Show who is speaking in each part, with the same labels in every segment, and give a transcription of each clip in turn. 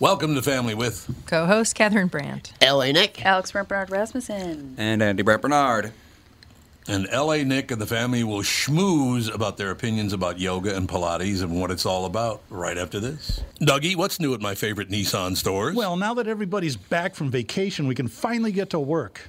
Speaker 1: Welcome to Family with.
Speaker 2: Co-host Catherine Brandt.
Speaker 3: LA Nick.
Speaker 4: Alex Bernard Rasmussen.
Speaker 5: And Andy Brett Bernard.
Speaker 1: And LA Nick and the family will schmooze about their opinions about yoga and Pilates and what it's all about right after this. Dougie, what's new at my favorite Nissan stores?
Speaker 6: Well, now that everybody's back from vacation, we can finally get to work.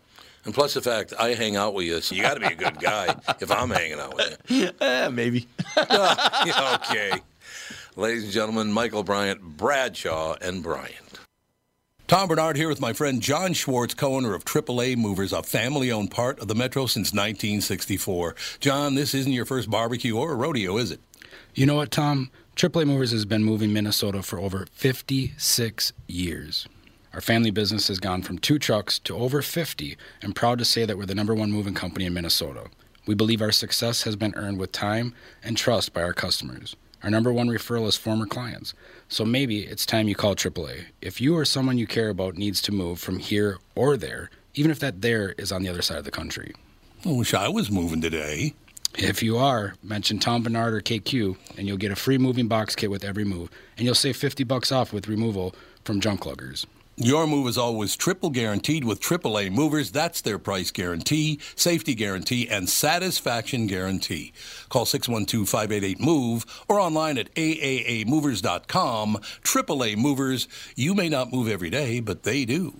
Speaker 1: And plus the fact I hang out with you, so you got to be a good guy if I'm hanging out with you.
Speaker 7: Eh, maybe.
Speaker 1: Yeah, okay. Ladies and gentlemen, Michael Bryant, Bradshaw, and Bryant. Tom Bernard here with my friend John Schwartz, co owner of AAA Movers, a family owned part of the Metro since 1964. John, this isn't your first barbecue or a rodeo, is it?
Speaker 8: You know what, Tom? AAA Movers has been moving Minnesota for over 56 years. Our family business has gone from two trucks to over 50, and proud to say that we're the number one moving company in Minnesota. We believe our success has been earned with time and trust by our customers. Our number one referral is former clients. So maybe it's time you call AAA. If you or someone you care about needs to move from here or there, even if that there is on the other side of the country.
Speaker 1: I wish I was moving today.
Speaker 8: If you are, mention Tom Bernard or KQ, and you'll get a free moving box kit with every move, and you'll save 50 bucks off with removal from junk luggers.
Speaker 1: Your move is always triple guaranteed with AAA Movers. That's their price guarantee, safety guarantee, and satisfaction guarantee. Call 612 588 MOVE or online at aaamovers.com. AAA Movers, you may not move every day, but they do.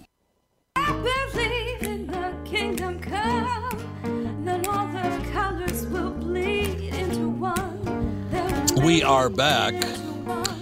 Speaker 9: I believe in the kingdom come. Then all the colors will bleed into one. They'll
Speaker 1: We are back.
Speaker 9: bleed into one.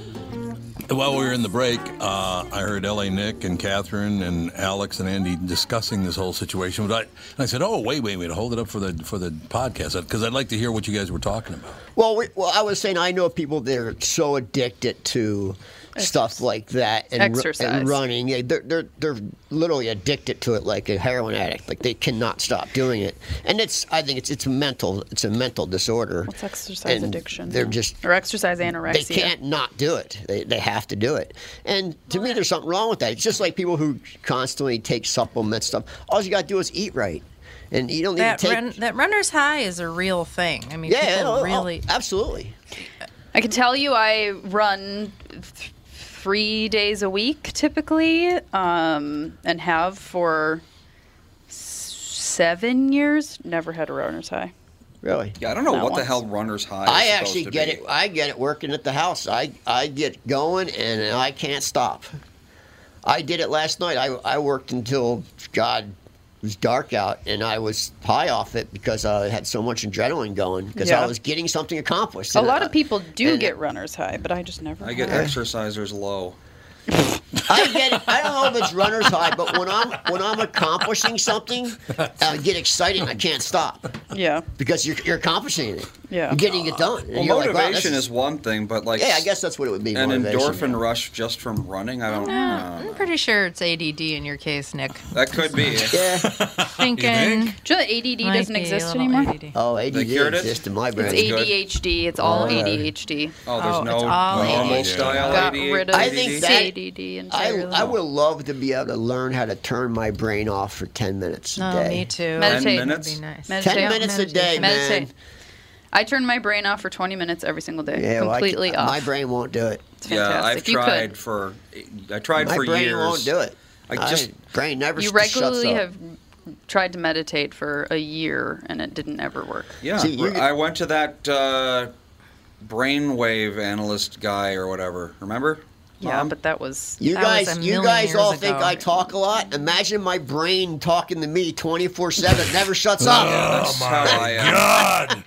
Speaker 1: While we were in the break, uh, I heard L.A. Nick and Catherine and Alex and Andy discussing this whole situation. But I, and I said, "Oh, wait, wait, wait! Hold it up for the for the podcast because I'd like to hear what you guys were talking about."
Speaker 3: Well, we, well, I was saying I know people that are so addicted to stuff like that and, ru-
Speaker 2: Exercise.
Speaker 3: and running. Yeah, they're, they're they're literally addicted to it, like a heroin addict. Like they cannot stop doing it. And it's I think it's it's mental. It's a mental disorder.
Speaker 4: What's exercise
Speaker 3: And
Speaker 4: addiction?
Speaker 3: They're just
Speaker 4: or exercise anorexia.
Speaker 3: they can't not do it. They, they have to do it. And to me, there's something wrong with that. It's just like people who constantly take supplements stuff. All you got to do is eat right, and you don't need
Speaker 2: That
Speaker 3: to take.
Speaker 2: run, that runner's high is a real thing. I mean,
Speaker 3: yeah,
Speaker 2: people
Speaker 3: oh, oh,
Speaker 2: really.
Speaker 3: absolutely.
Speaker 4: I can tell you, I run th- three days a week typically, um, and have for s- seven years. Never had a runner's high.
Speaker 3: Really.
Speaker 5: Yeah, I don't know
Speaker 4: Not
Speaker 5: what the
Speaker 4: once.
Speaker 5: hell runner's high.
Speaker 3: I
Speaker 5: is
Speaker 3: actually
Speaker 5: supposed to
Speaker 3: get
Speaker 5: be.
Speaker 3: it. I get it working at the house. I I get going and I can't stop. I did it last night. I I worked until God it was dark out and I was high off it because I had so much adrenaline going because I
Speaker 4: Yeah.
Speaker 3: was getting something accomplished.
Speaker 4: A
Speaker 3: And
Speaker 4: lot
Speaker 3: I-
Speaker 4: of people do
Speaker 3: and- uh,
Speaker 4: get runner's high, but I just never.
Speaker 5: I get
Speaker 4: had.
Speaker 5: exercisers low.
Speaker 3: I get it. I don't know if it's runner's high, but when I'm when I'm accomplishing something, I get excited and I can't stop
Speaker 4: Yeah.
Speaker 3: because you're, you're accomplishing it.
Speaker 4: Yeah.
Speaker 3: You're getting it done. And
Speaker 5: Well,
Speaker 3: you're like, wow,
Speaker 5: motivation
Speaker 3: this
Speaker 5: is one thing, but like
Speaker 3: Yeah, I guess that's what it would be.
Speaker 5: an
Speaker 3: motivation.
Speaker 5: endorphin rush just from running. I don't know.
Speaker 2: I'm pretty sure it's ADD in your case, Nick.
Speaker 5: That could be.
Speaker 3: Yeah.
Speaker 2: Thinking
Speaker 1: think?
Speaker 4: Do you know that ADD
Speaker 2: might
Speaker 4: doesn't
Speaker 2: be a
Speaker 4: exist
Speaker 2: little
Speaker 4: anymore?
Speaker 2: ADD.
Speaker 3: Oh, ADD
Speaker 5: They cured it?
Speaker 3: exists in my brain.
Speaker 5: That's good.
Speaker 4: ADHD. It's all ADHD.
Speaker 5: Oh, there's
Speaker 2: Oh,
Speaker 5: no
Speaker 2: it's all
Speaker 5: normal
Speaker 2: ADD.
Speaker 5: style
Speaker 4: Got
Speaker 5: ADD.
Speaker 4: rid of
Speaker 3: I think that-
Speaker 4: ADD
Speaker 3: I,
Speaker 4: entirely.
Speaker 3: I would love to be able to learn how to turn my brain off for 10 minutes a
Speaker 2: No,
Speaker 3: day.
Speaker 2: me too.
Speaker 4: Meditate.
Speaker 5: Ten
Speaker 4: That would
Speaker 5: minutes.
Speaker 2: That'd be nice.
Speaker 4: Meditate.
Speaker 3: 10 minutes a day,
Speaker 4: Meditate.
Speaker 3: man.
Speaker 4: I turn my brain off for 20 minutes every single day.
Speaker 3: Yeah, well, I c-
Speaker 4: completely off.
Speaker 3: My brain won't do it.
Speaker 4: It's
Speaker 5: Yeah, I've
Speaker 4: fantastic. you
Speaker 5: tried
Speaker 4: could.
Speaker 5: for. I tried
Speaker 3: My
Speaker 5: for
Speaker 3: brain
Speaker 5: years.
Speaker 3: won't do it.
Speaker 5: I
Speaker 3: My
Speaker 5: just-
Speaker 3: brain never
Speaker 4: You
Speaker 3: sh- shuts
Speaker 4: regularly
Speaker 3: up.
Speaker 4: have tried to meditate for a year and it didn't ever work.
Speaker 5: Yeah,
Speaker 3: See, you-
Speaker 5: I went to that uh, brainwave analyst guy or whatever. Remember?
Speaker 4: Yeah,
Speaker 5: Mom?
Speaker 4: but that was
Speaker 3: You
Speaker 2: That was
Speaker 3: guys,
Speaker 2: a
Speaker 3: you
Speaker 2: million
Speaker 3: guys
Speaker 2: years
Speaker 3: all think
Speaker 2: ago.
Speaker 3: I talk a lot. Imagine my brain talking to me 24 7, never shuts up.
Speaker 5: that's how I uh, am.
Speaker 1: God.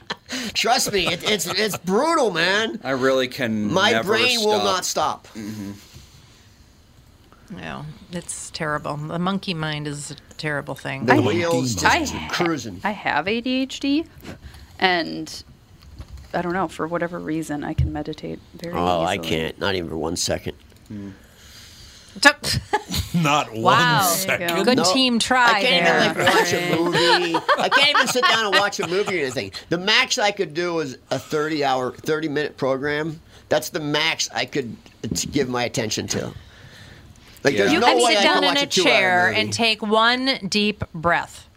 Speaker 3: Trust me, it, it's it's brutal, man.
Speaker 5: I really can.
Speaker 3: My
Speaker 5: never
Speaker 3: brain will
Speaker 5: stop.
Speaker 3: not stop.
Speaker 2: No, it's terrible. The monkey mind is a terrible thing.
Speaker 3: The
Speaker 4: I-
Speaker 3: wheels just
Speaker 4: I-
Speaker 3: cruising.
Speaker 4: I have ADHD and I don't know, for whatever reason I can meditate very
Speaker 3: oh, I
Speaker 4: easily.
Speaker 3: can't. Not even for one second.
Speaker 1: Not one
Speaker 2: Wow.
Speaker 1: second.
Speaker 2: Good
Speaker 3: No,
Speaker 2: team try
Speaker 3: I can't
Speaker 2: there.
Speaker 3: even like watch a movie. I can't even sit down and watch a movie or anything. The max I could do is a thirty-hour, thirty-minute program. That's the max I could uh, t- give my attention to. Like, there's
Speaker 5: You
Speaker 3: no
Speaker 2: you can
Speaker 3: way
Speaker 2: sit
Speaker 3: I
Speaker 2: down
Speaker 3: can
Speaker 2: in
Speaker 3: watch
Speaker 2: a
Speaker 3: two-hour
Speaker 2: chair
Speaker 3: movie.
Speaker 2: and take one deep breath.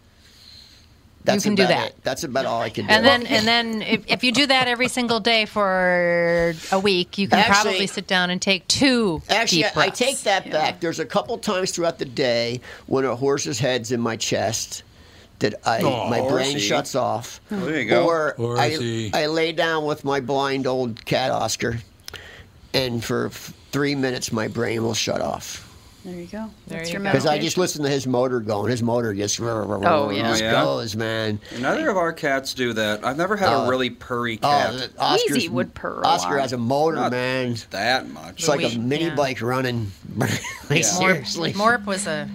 Speaker 3: That's
Speaker 2: you can do
Speaker 3: about
Speaker 2: that.
Speaker 3: it. That's about all I can do.
Speaker 2: And then, and then, if, if you do that every single day for a week, you can
Speaker 3: Actually-
Speaker 2: probably sit down and take two
Speaker 3: Actually,
Speaker 2: deep
Speaker 3: I I
Speaker 2: breaths.
Speaker 3: take that back. There's a couple times throughout the day when a horse's head's in my chest that I
Speaker 1: Oh,
Speaker 3: my brain
Speaker 5: horsey.
Speaker 3: shuts off.
Speaker 5: there you go.
Speaker 3: Or I,
Speaker 1: Horsey.
Speaker 3: I lay down with my blind old cat Oscar, and for f- three minutes my brain will shut off
Speaker 4: There you go.
Speaker 2: There
Speaker 4: That's
Speaker 2: you
Speaker 4: your
Speaker 2: go.
Speaker 3: because I
Speaker 4: meditation.
Speaker 3: just listen to his motor going. His motor just
Speaker 4: Oh, yeah.
Speaker 3: just
Speaker 5: Oh, yeah?
Speaker 3: goes, man.
Speaker 5: Neither of our cats do that. I've never had
Speaker 3: Uh,
Speaker 5: a really purry cat
Speaker 3: Oh, Oscar's,
Speaker 4: Wheezy would purr a
Speaker 3: Oscar
Speaker 4: lot.
Speaker 3: has a motor,
Speaker 5: Not-
Speaker 3: man.
Speaker 5: that much.
Speaker 3: It's like a
Speaker 2: We-
Speaker 3: mini
Speaker 2: yeah.
Speaker 3: bike running. Like, Seriously.
Speaker 2: Morp was a,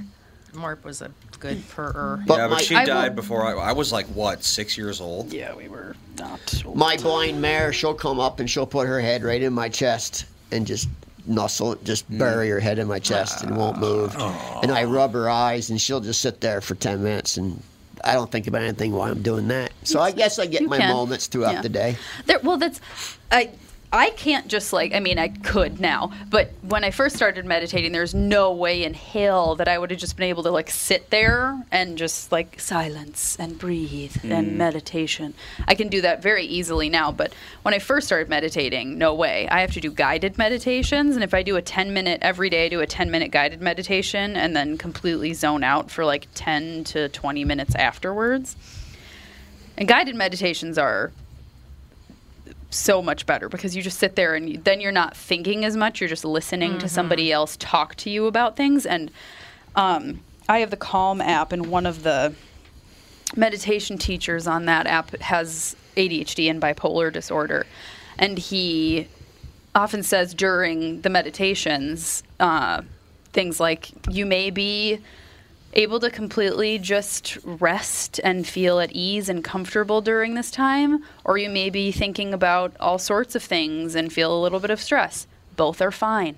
Speaker 2: Morp was a good purrer.
Speaker 3: But
Speaker 5: yeah, but
Speaker 3: my-
Speaker 5: she
Speaker 4: I will-
Speaker 5: died before I, I was like what six years old.
Speaker 4: Yeah, we were not.
Speaker 3: my blind mare, she'll come up and she'll put her head right in my chest and just nuzzle, just
Speaker 5: Hmm.
Speaker 3: bury her head in my chest and
Speaker 5: Ah.
Speaker 3: won't move. And I rub her eyes and she'll just sit there for 10 minutes and I don't think about anything while I'm doing that. So I guess I get
Speaker 4: You
Speaker 3: my
Speaker 4: can.
Speaker 3: moments throughout
Speaker 4: Yeah.
Speaker 3: the day.
Speaker 4: There, well, that's I. I can't just like I mean I could now, but when I first started meditating, there's no way in hell that I would have just been able to like sit there and just like silence and breathe and meditation. I can do that very easily now, but when I first started meditating, no way. I have to do guided meditations, and if I do a 10 minute every day, I do a 10 minute guided meditation, and then completely zone out for like 10 to 20 minutes afterwards. And guided meditations are so much better because you just sit there and you, then you're not thinking as much. You're just listening to somebody else talk to you about things. And um, I have the Calm app, and one of the meditation teachers on that app has ADHD and bipolar disorder. And he often says during the meditations uh, things like, you may be able to completely just rest and feel at ease and comfortable during this time, or you may be thinking about all sorts of things and feel a little bit of stress. Both are fine.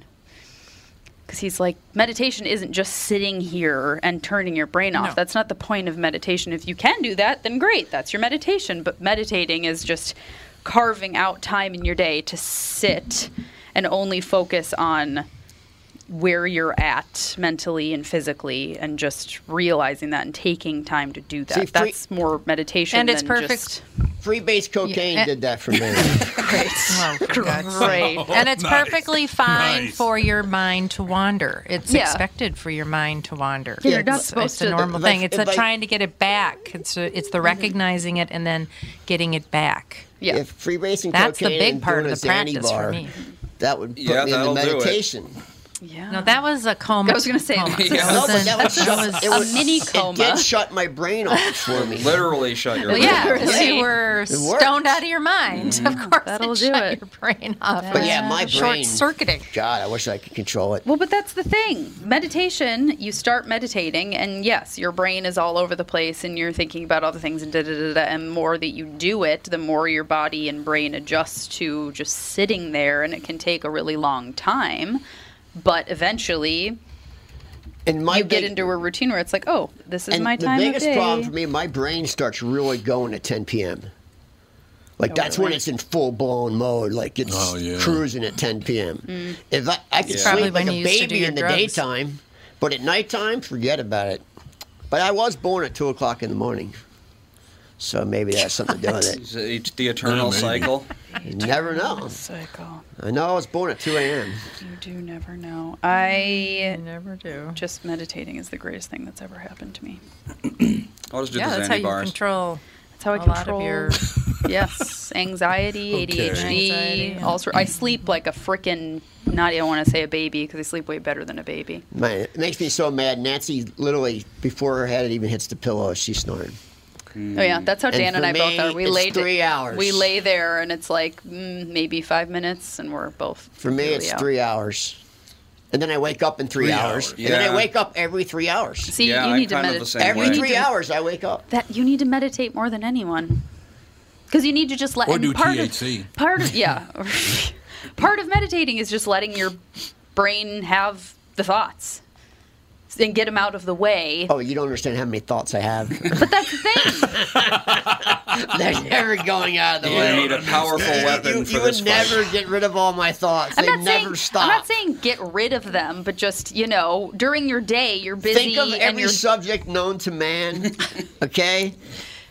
Speaker 4: Because he's like, meditation isn't just sitting here and turning your brain off.
Speaker 2: No.
Speaker 4: That's not the point of meditation. If you can do that, then great, that's your meditation. But meditating is just carving out time in your day to sit and only focus on where you're at mentally and physically and just realizing that and taking time to do that.
Speaker 3: See, free-
Speaker 4: That's more meditation.
Speaker 2: And it's
Speaker 4: than
Speaker 2: perfect.
Speaker 3: Free base cocaine
Speaker 2: Yeah.
Speaker 3: did that for me.
Speaker 2: Oh, for God's
Speaker 4: Just,
Speaker 2: sake.
Speaker 4: right.
Speaker 2: and it's
Speaker 1: Nice.
Speaker 2: perfectly fine
Speaker 1: Nice.
Speaker 2: for your mind to wander. It's
Speaker 4: Yeah.
Speaker 2: expected for your mind to wander.
Speaker 3: Yeah, you're
Speaker 2: it's,
Speaker 3: not
Speaker 2: it's
Speaker 4: supposed
Speaker 2: a
Speaker 4: to-
Speaker 2: normal
Speaker 3: like-
Speaker 2: thing. It's
Speaker 3: if
Speaker 2: the
Speaker 3: I- Mm-hmm.
Speaker 2: trying to get it back. It's a, it's the recognizing it and then getting it back.
Speaker 4: Yeah.
Speaker 3: If free base and
Speaker 2: That's the
Speaker 3: cocaine
Speaker 2: big
Speaker 3: and
Speaker 2: part
Speaker 3: doing
Speaker 2: of
Speaker 3: a
Speaker 2: the
Speaker 3: Xanny
Speaker 2: practice for
Speaker 3: bar,
Speaker 2: me.
Speaker 3: that would put
Speaker 5: Yeah,
Speaker 3: me in the
Speaker 5: that'll do it.
Speaker 3: meditation.
Speaker 4: Yeah.
Speaker 2: No, that was a coma.
Speaker 4: I was gonna say
Speaker 2: coma.
Speaker 4: that.
Speaker 2: That
Speaker 5: Yeah.
Speaker 3: No,
Speaker 2: wasn't-
Speaker 3: but that was,
Speaker 2: that
Speaker 3: shut-
Speaker 2: was-
Speaker 3: it
Speaker 4: a
Speaker 3: was-
Speaker 4: mini
Speaker 3: It
Speaker 4: coma.
Speaker 3: did shut my brain off for me.
Speaker 5: Literally shut your
Speaker 2: Well, yeah,
Speaker 4: Literally.
Speaker 2: you were
Speaker 3: worked.
Speaker 2: stoned out of your mind. Of course,
Speaker 4: that'll
Speaker 2: it
Speaker 4: do
Speaker 2: shut
Speaker 4: it.
Speaker 2: your brain off.
Speaker 4: But
Speaker 3: yeah, my brain-
Speaker 2: short circuiting.
Speaker 3: God, I wish I could control it.
Speaker 4: Well, but that's the thing. Meditation, you start meditating, and yes, your brain is all over the place and you're thinking about all the things and da da da da. And more that you do it, the more your body and brain adjusts to just sitting there, and it can take a really long time. But eventually,
Speaker 3: And my
Speaker 4: you get
Speaker 3: big-
Speaker 4: into a routine where it's like, oh, this is
Speaker 3: and
Speaker 4: my time
Speaker 3: The
Speaker 4: of
Speaker 3: biggest
Speaker 4: day.
Speaker 3: problem for me, my brain starts really going at 10 p.m. Like
Speaker 4: Oh,
Speaker 3: that's when it's in full blown mode, like it's
Speaker 1: Oh, yeah.
Speaker 3: cruising at 10 p.m.
Speaker 4: Mm.
Speaker 3: If I, I can
Speaker 5: It's
Speaker 2: probably
Speaker 3: sleep like
Speaker 2: when
Speaker 3: a
Speaker 2: you used to do
Speaker 3: baby
Speaker 2: your
Speaker 3: in the
Speaker 2: drugs.
Speaker 3: daytime, but at nighttime, forget about it. But I was born at two o'clock in the morning, so maybe that's something to do with
Speaker 5: It's a- the eternal
Speaker 1: Yeah, maybe.
Speaker 5: cycle.
Speaker 3: it. You never know.
Speaker 4: Cycle.
Speaker 3: I know I was born at 2 a.m.
Speaker 4: You do never know. I
Speaker 2: never do.
Speaker 4: just meditating is the greatest thing that's ever happened to me.
Speaker 5: I'll just do
Speaker 2: Yeah,
Speaker 5: the
Speaker 2: that's
Speaker 5: Zanny
Speaker 2: how you
Speaker 5: bars.
Speaker 2: control
Speaker 4: That's how I
Speaker 2: a lot
Speaker 4: control
Speaker 2: of your.
Speaker 4: yes, anxiety,
Speaker 1: Okay.
Speaker 4: ADHD,
Speaker 2: Anxiety, yeah.
Speaker 4: all sort. I sleep like a freaking not. I don't want to say a baby because I sleep way better than a baby.
Speaker 3: Man, it makes me so mad. Nancy literally, before her head even hits the pillow, she snored.
Speaker 4: Oh yeah, that's how
Speaker 3: Mm. And
Speaker 4: Dan and
Speaker 3: for
Speaker 4: I both are.
Speaker 3: me,
Speaker 4: We
Speaker 3: it's
Speaker 4: lay
Speaker 3: three hours.
Speaker 4: We lay there and it's like mm, maybe five minutes, and we're both.
Speaker 3: For me,
Speaker 4: really
Speaker 3: it's
Speaker 4: out.
Speaker 3: three hours. And then I wake up in three,
Speaker 1: Three
Speaker 3: hours.
Speaker 1: hours.
Speaker 3: And then I
Speaker 5: Yeah.
Speaker 3: wake up every three hours.
Speaker 4: See,
Speaker 5: Yeah,
Speaker 4: you
Speaker 5: I'm
Speaker 4: need to
Speaker 5: kind of the
Speaker 4: meditate.
Speaker 5: same
Speaker 3: Every
Speaker 5: way.
Speaker 4: You need
Speaker 3: three
Speaker 4: to-
Speaker 3: hours, I wake up.
Speaker 4: That you need to meditate more than anyone, because you need to just let.
Speaker 1: Or
Speaker 4: and
Speaker 1: do
Speaker 4: part
Speaker 1: THC.
Speaker 4: Of, part of yeah, part of meditating is just letting your brain have the thoughts and get them out of the way.
Speaker 3: Oh, you don't understand how many thoughts I have.
Speaker 4: But that's the thing.
Speaker 3: They're never going out of the
Speaker 5: You
Speaker 3: way.
Speaker 5: need a powerful weapon
Speaker 3: you
Speaker 5: for
Speaker 3: you
Speaker 5: this
Speaker 3: would
Speaker 5: fight.
Speaker 3: never get rid of all my thoughts.
Speaker 4: I'm
Speaker 3: they
Speaker 4: not
Speaker 3: never
Speaker 4: saying
Speaker 3: stop.
Speaker 4: I'm not saying get rid of them, but just you know during your day you're busy
Speaker 3: Think of
Speaker 4: and
Speaker 3: every
Speaker 4: you're
Speaker 3: subject known to man, okay?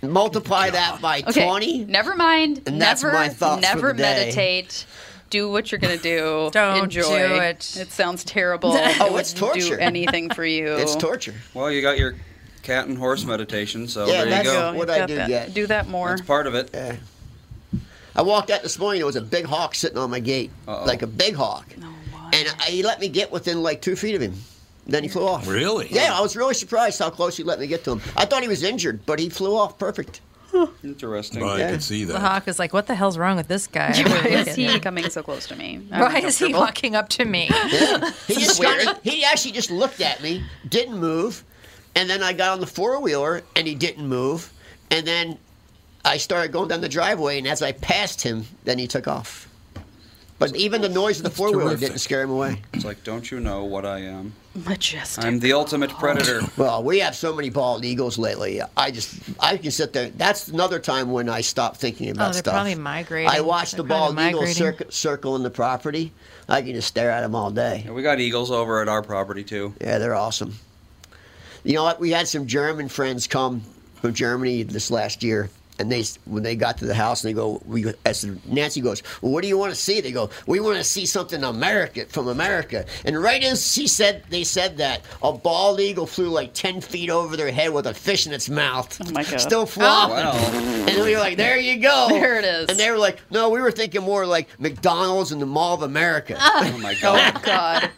Speaker 3: Multiply that by
Speaker 4: okay.
Speaker 3: 20.
Speaker 4: Never mind.
Speaker 3: And that's
Speaker 4: never,
Speaker 3: my thoughts for
Speaker 4: Never
Speaker 3: the day.
Speaker 4: meditate. Do what you're gonna do.
Speaker 2: Don't
Speaker 4: Enjoy.
Speaker 2: do it.
Speaker 4: It sounds terrible.
Speaker 3: Oh, it's
Speaker 4: It
Speaker 3: torture.
Speaker 4: wouldn't Do anything for you.
Speaker 3: It's torture.
Speaker 5: Well, you got your cat and horse meditation, so
Speaker 3: Yeah,
Speaker 5: there
Speaker 3: that's
Speaker 5: you go.
Speaker 3: what
Speaker 4: You
Speaker 3: I
Speaker 4: got
Speaker 3: do
Speaker 4: that.
Speaker 3: get.
Speaker 4: Do that more.
Speaker 5: That's part of it.
Speaker 3: I walked out this morning. There was a big hawk sitting on my gate,
Speaker 5: Uh-oh.
Speaker 3: like a big hawk,
Speaker 4: why?
Speaker 3: and I, he let me get within like two feet of him. Then he flew off.
Speaker 1: Really?
Speaker 3: Yeah, I was really surprised how close he let me get to him. I thought he was injured, but he flew off perfect.
Speaker 5: Interesting.
Speaker 1: Well, I
Speaker 3: Yeah.
Speaker 1: could see that.
Speaker 2: The hawk is like, what the hell's wrong with this guy?
Speaker 4: Why is he coming so close to me? I'm
Speaker 2: Why is he
Speaker 4: uncomfortable.
Speaker 2: walking up to me?
Speaker 3: He just kinda, he actually just looked at me, didn't move, and then I got on the four wheeler and he didn't move, and then I started going down the driveway, and as I passed him, then he took off. But even the noise of the four wheeler didn't
Speaker 1: terrific.
Speaker 3: scare him away.
Speaker 5: It's like, don't you know what I am?
Speaker 4: majestic?
Speaker 5: I'm the ultimate
Speaker 2: oh.
Speaker 5: predator.
Speaker 3: Well, we have so many bald eagles lately. I just, I can sit there. That's another time when I stop thinking about
Speaker 2: Oh, they're
Speaker 3: stuff.
Speaker 2: probably migrating.
Speaker 3: I watch the
Speaker 2: They're
Speaker 3: bald
Speaker 2: probably
Speaker 3: eagles
Speaker 2: migrating.
Speaker 3: circ- circle in the property. I can just stare at them all day.
Speaker 5: And we got eagles over at our property too.
Speaker 3: Yeah, they're awesome. You know what? We had some German friends come from Germany this last year, and they when they got to the house, they go. We as Nancy goes, well, "What do you want to see?" They go, "We want to see something American from America." And right as she said, they said that a bald eagle flew like ten feet over their head with a fish in its mouth,
Speaker 4: Oh, my God.
Speaker 3: still flopping.
Speaker 5: Oh. Wow.
Speaker 3: And we were like, "There you go."
Speaker 4: There it is.
Speaker 3: And they were like, "No, we were thinking more like McDonald's and the Mall of America."
Speaker 5: Oh my god.
Speaker 4: God.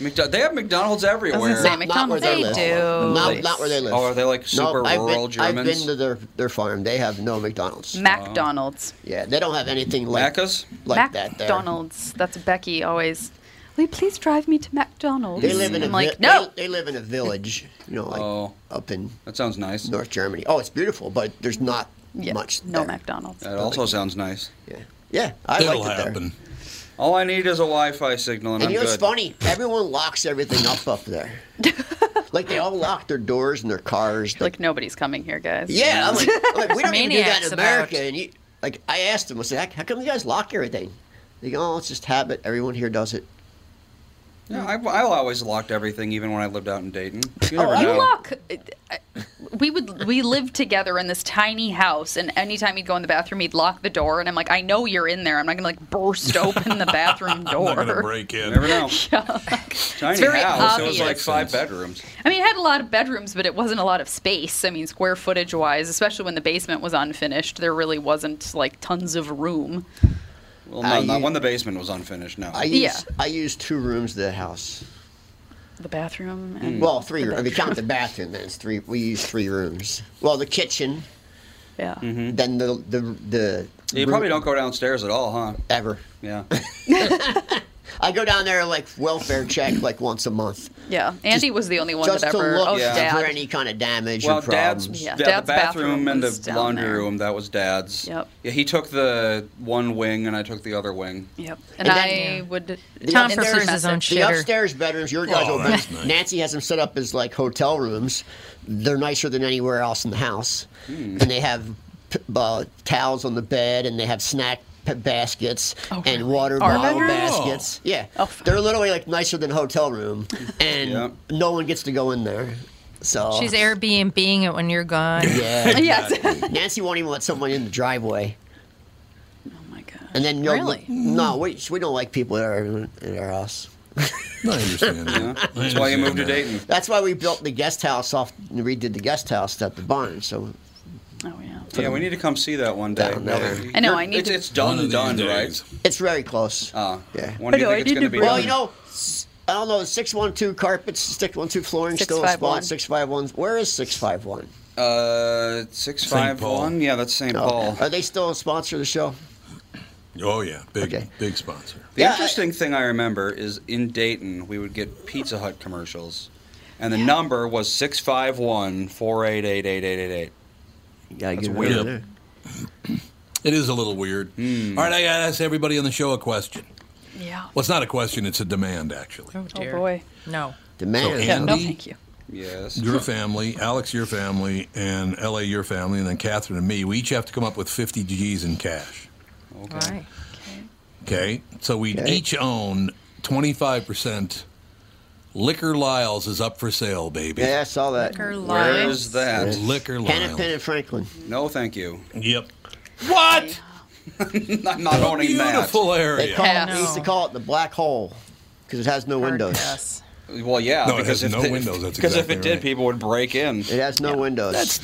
Speaker 5: McDo- they have McDonald's everywhere.
Speaker 4: Doesn't say
Speaker 3: Not- not where they
Speaker 2: McDonald's. They
Speaker 3: live. Not,
Speaker 2: do.
Speaker 3: not where they live.
Speaker 5: Oh, are they like super
Speaker 3: I've
Speaker 5: rural
Speaker 3: been, I've
Speaker 5: Germans?
Speaker 3: been to their, their farm. They have no McDonald's.
Speaker 4: McDonald's.
Speaker 3: yeah, they don't have anything like
Speaker 5: Macca's?
Speaker 3: like that. There.
Speaker 4: McDonald's. That's Becky always. Will you please drive me to McDonald's?
Speaker 3: They live in a
Speaker 4: I'm like,
Speaker 3: vi-
Speaker 4: no.
Speaker 3: They, they live in a village, you know, like
Speaker 5: Oh.
Speaker 3: up in
Speaker 5: That sounds nice.
Speaker 3: North Germany. Oh, it's beautiful, but there's not
Speaker 4: Yeah,
Speaker 3: much.
Speaker 4: No
Speaker 3: there.
Speaker 4: McDonald's.
Speaker 5: That also sounds nice.
Speaker 3: Yeah, yeah, I
Speaker 1: It'll
Speaker 3: liked it there.
Speaker 1: happen.
Speaker 5: All I need is a Wi-Fi signal, and,
Speaker 3: And
Speaker 5: I'm
Speaker 3: you know, it's
Speaker 5: good.
Speaker 3: funny. Everyone locks everything up up there. like they all lock their doors and their cars.
Speaker 4: Like nobody's coming here, guys.
Speaker 3: Yeah, I'm like, I'm like, we don't even do that
Speaker 2: Maniacs
Speaker 3: in
Speaker 2: about-
Speaker 3: America. And you, like, I asked them, I said, how come you guys lock everything? They go, oh, it's just habit. Everyone here does it.
Speaker 5: Yeah, I, I always locked everything, even when I lived out in Dayton. You
Speaker 3: Oh,
Speaker 5: never
Speaker 3: I
Speaker 5: know.
Speaker 4: You lock. We would we lived together in this tiny house, and anytime he'd go in the bathroom, he'd lock the door, and I'm like, I know you're in there. I'm not gonna like burst open the bathroom door.
Speaker 1: I'm not going to break
Speaker 5: You
Speaker 1: in.
Speaker 5: never know. Tiny
Speaker 4: very
Speaker 5: house. It
Speaker 4: obvious.
Speaker 5: was like five bedrooms.
Speaker 4: I mean, it had a lot of bedrooms, but it wasn't a lot of space. I mean, square footage wise, especially when the basement was unfinished, there really wasn't like tons of room.
Speaker 5: Well, no,
Speaker 3: I
Speaker 5: not
Speaker 3: u-
Speaker 5: when the basement was unfinished. No.
Speaker 3: I use
Speaker 4: Yeah.
Speaker 3: I use two rooms of the house.
Speaker 4: The bathroom and
Speaker 3: Well, three.
Speaker 4: The
Speaker 3: I mean,
Speaker 4: bedroom.
Speaker 3: count the bathroom. Then it's three. We use three rooms. Well, the kitchen, Mm.
Speaker 4: yeah.
Speaker 3: then the the the.
Speaker 5: Mm-hmm. you
Speaker 3: room-
Speaker 5: probably don't go downstairs at all, huh?
Speaker 3: ever.
Speaker 5: Yeah.
Speaker 3: I go down there like welfare check like once a month.
Speaker 4: Yeah. Andy was the only one
Speaker 3: just
Speaker 4: that
Speaker 3: to
Speaker 4: ever
Speaker 3: look
Speaker 4: oh
Speaker 5: Yeah.
Speaker 3: for
Speaker 4: dad.
Speaker 3: any kind of damage
Speaker 5: well,
Speaker 3: or problems.
Speaker 5: dad's,
Speaker 4: Yeah,
Speaker 5: the-
Speaker 4: dad's
Speaker 5: the bathroom
Speaker 4: bathroom
Speaker 5: and
Speaker 4: was
Speaker 5: the
Speaker 4: down
Speaker 5: laundry
Speaker 4: there.
Speaker 5: room. That was dad's.
Speaker 4: Yep.
Speaker 5: Yeah, he took the one wing and I took the other wing.
Speaker 4: Yep. And,
Speaker 3: then-
Speaker 4: I
Speaker 2: Yeah.
Speaker 4: would
Speaker 2: Tom
Speaker 3: upstairs-
Speaker 2: prefers his own
Speaker 3: The
Speaker 2: shitter.
Speaker 3: upstairs bedrooms, your guys
Speaker 1: Oh,
Speaker 3: will
Speaker 1: that's nice.
Speaker 3: Nancy has them set up as like hotel rooms. They're nicer than anywhere else in the house,
Speaker 1: Hmm.
Speaker 3: and they have p- uh, towels on the bed, and they have snack p- baskets
Speaker 2: Oh,
Speaker 3: and water
Speaker 4: Our
Speaker 3: bottle
Speaker 4: bedroom?
Speaker 3: baskets. Yeah,
Speaker 4: Oh, fine.
Speaker 3: they're literally like nicer than hotel room, and
Speaker 5: Yep.
Speaker 3: no one gets to go in there. So
Speaker 2: She's Airbnb-ing it when you're gone.
Speaker 3: Yeah,
Speaker 4: Yes.
Speaker 3: Nancy won't even let someone in the driveway.
Speaker 4: oh my god.
Speaker 3: And then you'll-
Speaker 2: Really?
Speaker 3: no, we, we don't like people that are in in our house.
Speaker 1: No, I understand that.
Speaker 5: Yeah.
Speaker 1: I
Speaker 5: That's why you
Speaker 1: understand
Speaker 5: moved to
Speaker 1: that.
Speaker 5: Dayton.
Speaker 3: That's why we built the guest house off. We did the guest house at the barn. So
Speaker 4: Oh yeah.
Speaker 5: Yeah, we need to come see that one day.
Speaker 3: Down there.
Speaker 4: I know, I need
Speaker 5: It's,
Speaker 4: to-
Speaker 5: it's
Speaker 1: One
Speaker 5: done,
Speaker 1: of these
Speaker 5: done,
Speaker 1: days.
Speaker 5: right?
Speaker 3: it's very close.
Speaker 5: Uh,
Speaker 3: Yeah.
Speaker 5: When do you
Speaker 4: I know, I
Speaker 5: think it's
Speaker 4: need
Speaker 5: going
Speaker 4: to
Speaker 5: to be
Speaker 4: bring-
Speaker 3: well,
Speaker 5: done?
Speaker 3: you know, s- I don't know. Six one two carpets. Six one two flooring still in spawn.
Speaker 4: 651.
Speaker 3: Six five one. Where is six five one?
Speaker 5: uh, six five
Speaker 1: Paul.
Speaker 5: one. Yeah, that's St. Paul.
Speaker 3: Are they still a sponsor of the show?
Speaker 1: Oh yeah, big
Speaker 3: Okay.
Speaker 1: big sponsor.
Speaker 5: The
Speaker 3: Yeah, I-
Speaker 5: interesting thing I remember is in Dayton we would get Pizza Hut commercials, and the number was six five one four eight eight eight eight eight eight.
Speaker 3: Yeah,
Speaker 5: That's weird.
Speaker 1: Yep. It is a little weird.
Speaker 5: Hmm.
Speaker 1: All right, I gotta ask everybody on the show a question.
Speaker 4: Yeah.
Speaker 1: Well, it's not a question; it's a demand, actually.
Speaker 2: Oh,
Speaker 4: Oh
Speaker 2: dear.
Speaker 4: boy.
Speaker 2: No.
Speaker 3: Demand.
Speaker 1: So,
Speaker 4: Yeah,
Speaker 1: Andy?
Speaker 4: no thank you.
Speaker 5: Yes.
Speaker 1: Your family, Alex, your family, and LA, your family, and then Catherine and me. We each have to come up with 50 G's in cash.
Speaker 2: All right.
Speaker 1: Okay, so we
Speaker 3: Okay.
Speaker 1: each own 25 percent. Liquor Lyles is up for sale, baby.
Speaker 3: Yeah, I saw that.
Speaker 2: Liquor
Speaker 5: Where
Speaker 2: lies.
Speaker 5: is that?
Speaker 1: Liquor Lyles.
Speaker 3: Hennepin and Franklin.
Speaker 5: No, thank you.
Speaker 1: Yep. What?
Speaker 5: I'm not owning
Speaker 1: Beautiful
Speaker 3: They
Speaker 1: area.
Speaker 3: call it,
Speaker 4: Yeah.
Speaker 3: they used to call it the black hole because it has no windows.
Speaker 2: Yes.
Speaker 5: that. Well, yeah,
Speaker 1: No, it
Speaker 5: because
Speaker 1: has
Speaker 5: if
Speaker 1: no
Speaker 5: the-
Speaker 1: windows, that's
Speaker 5: because if
Speaker 1: exactly
Speaker 5: it did,
Speaker 1: right.
Speaker 5: people would break in.
Speaker 3: It has no windows.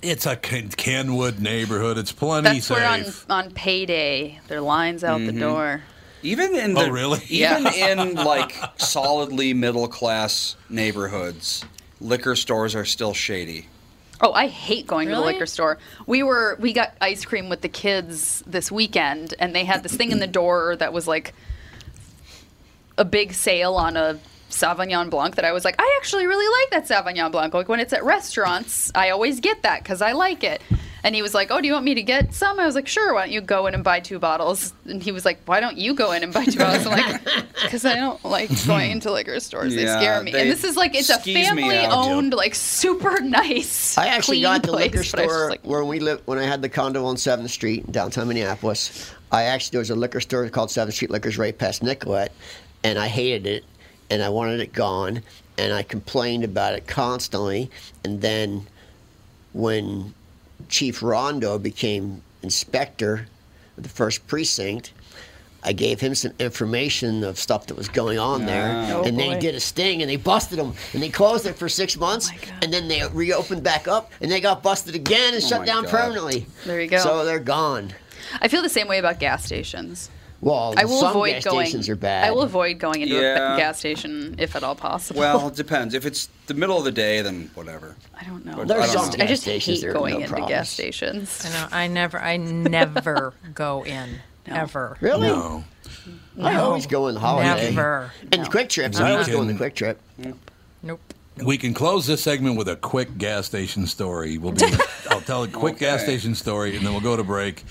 Speaker 1: It's a Ken- Kenwood neighborhood. It's plenty
Speaker 4: That's
Speaker 1: safe.
Speaker 4: where on on payday there lines out
Speaker 3: Mm-hmm.
Speaker 4: the door.
Speaker 5: Even in
Speaker 1: Oh,
Speaker 5: the
Speaker 1: really?
Speaker 5: even in like solidly middle class neighborhoods, liquor stores are still shady.
Speaker 4: Oh, I hate going to the
Speaker 2: Really?
Speaker 4: liquor store. We were we got ice cream with the kids this weekend, and they had this thing in the door that was like a big sale on a Sauvignon Blanc that I was like, I actually really like that Sauvignon Blanc. Like when it's at restaurants, I always get that because I like it. And he was like, Oh, do you want me to get some? I was like, Sure. Why don't you go in and buy two bottles? And he was like, Why don't you go in and buy two bottles? I'm like, Because I don't like going into liquor stores.
Speaker 5: Yeah,
Speaker 4: they scare me.
Speaker 5: they
Speaker 4: and this is like it's a
Speaker 5: skeeze me out.
Speaker 4: family-owned, like super nice.
Speaker 3: I actually
Speaker 4: clean
Speaker 3: got the
Speaker 4: place,
Speaker 3: liquor
Speaker 4: but I was just
Speaker 3: store
Speaker 4: like,
Speaker 3: where we lived when I had the condo on Seventh Street in downtown Minneapolis. I actually there was a liquor store called Seventh Street Liquors right past Nicolette, and I hated it, and I wanted it gone, and I complained about it constantly, and then when Chief Rondo became inspector of the first precinct. I gave him some information of stuff that was going on there,
Speaker 4: Oh,
Speaker 3: and they
Speaker 4: boy.
Speaker 3: did a sting, and they busted them, and they closed it for six months,
Speaker 4: God.
Speaker 3: and then they reopened back up, and they got busted again
Speaker 1: Oh
Speaker 3: and
Speaker 5: my
Speaker 3: shut down
Speaker 5: God.
Speaker 3: permanently.
Speaker 4: There you go.
Speaker 3: So they're gone.
Speaker 4: I feel the same way about gas stations.
Speaker 3: Well,
Speaker 4: I will
Speaker 3: some
Speaker 4: avoid
Speaker 3: gas
Speaker 4: going.
Speaker 3: stations are bad.
Speaker 4: I will avoid going into
Speaker 5: Yeah.
Speaker 4: a gas station if at all possible.
Speaker 5: Well, it depends. If it's the middle of the day, then whatever.
Speaker 4: I don't know.
Speaker 5: There's
Speaker 4: I,
Speaker 5: some
Speaker 4: just, I
Speaker 3: gas
Speaker 4: just
Speaker 3: stations
Speaker 4: hate
Speaker 3: that are
Speaker 4: going
Speaker 3: no
Speaker 4: into
Speaker 3: problems.
Speaker 4: gas stations.
Speaker 2: I know. I never. I never go in. Ever.
Speaker 3: Really?
Speaker 1: No.
Speaker 3: I always go on the holiday.
Speaker 2: Never.
Speaker 3: And the quick trips. I
Speaker 1: We
Speaker 3: always go on the
Speaker 1: can-
Speaker 3: quick trip.
Speaker 2: Nope.
Speaker 1: We can close this segment with a quick gas station story. We'll be, I'll tell a quick gas
Speaker 5: Okay.
Speaker 1: station story and then we'll go to break.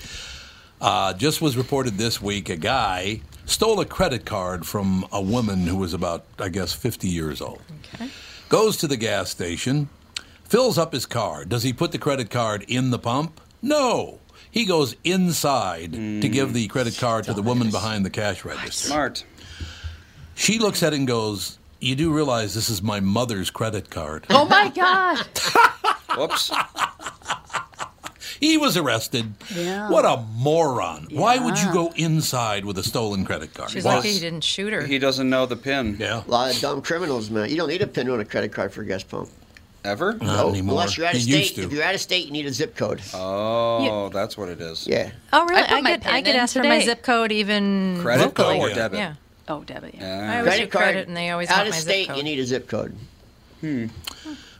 Speaker 1: Uh, just was reported this week a guy stole a credit card from a woman who was about, I guess, 50 years old.
Speaker 2: Okay.
Speaker 1: Goes to the gas station, fills up his car. Does he put the credit card in the pump? No. He goes inside to give the credit card to the woman behind the cash register.
Speaker 5: Smart.
Speaker 1: She looks at it and goes, You do realize this is my mother's credit card.
Speaker 4: Oh my god!
Speaker 5: Whoops.
Speaker 1: He was arrested.
Speaker 4: Yeah.
Speaker 1: What a moron. Why would you go inside with a stolen credit card?
Speaker 2: She's
Speaker 1: Why-
Speaker 2: lucky he didn't shoot her.
Speaker 5: He doesn't know the pin.
Speaker 1: yeah.
Speaker 3: A lot of dumb criminals, man. You don't need a pin on a credit card for a gas pump.
Speaker 5: Ever?
Speaker 3: No,
Speaker 1: anymore.
Speaker 3: Unless you're out of
Speaker 1: You used
Speaker 3: state.
Speaker 1: to.
Speaker 3: If you're out of state, you need a zip code.
Speaker 5: Oh, that's what it is.
Speaker 3: yeah.
Speaker 2: Oh, really?
Speaker 4: I put
Speaker 2: I,
Speaker 4: my
Speaker 2: get I
Speaker 4: pin
Speaker 2: get
Speaker 4: in
Speaker 2: asked for my
Speaker 4: today.
Speaker 2: zip code even.
Speaker 5: Credit
Speaker 1: Locally,
Speaker 5: card or
Speaker 1: yeah.
Speaker 5: debit?
Speaker 2: Yeah.
Speaker 4: Oh, debit. Yeah.
Speaker 2: I
Speaker 5: Yeah.
Speaker 2: always get credit, and they always
Speaker 3: out
Speaker 2: want
Speaker 3: of
Speaker 2: my
Speaker 3: state,
Speaker 2: zip code.
Speaker 3: you need a zip code.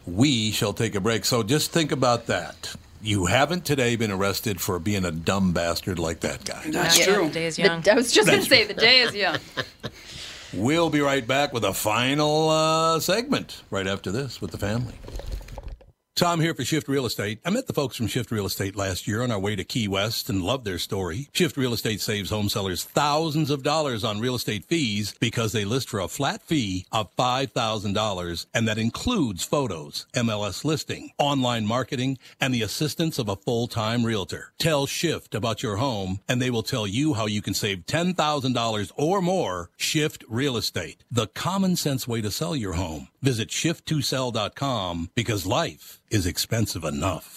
Speaker 1: We shall take a break. So just think about that. You haven't today been arrested for being a dumb bastard like that guy.
Speaker 5: That's
Speaker 2: Yeah,
Speaker 5: true.
Speaker 2: The day is young.
Speaker 4: The, I was just going to say the day is young.
Speaker 1: We'll be right back with a final uh, segment right after this with the family. Tom here for Shift Real Estate. I met the folks from Shift Real Estate last year on our way to Key West and loved their story. Shift Real Estate saves home sellers thousands of dollars on real estate fees because they list for a flat fee of $5,000 and that includes photos, MLS listing, online marketing, and the assistance of a full-time realtor. Tell Shift about your home and they will tell you how you can save $10,000 or more. Shift Real Estate, the common sense way to sell your home. Visit shift2sell.com because life is expensive enough.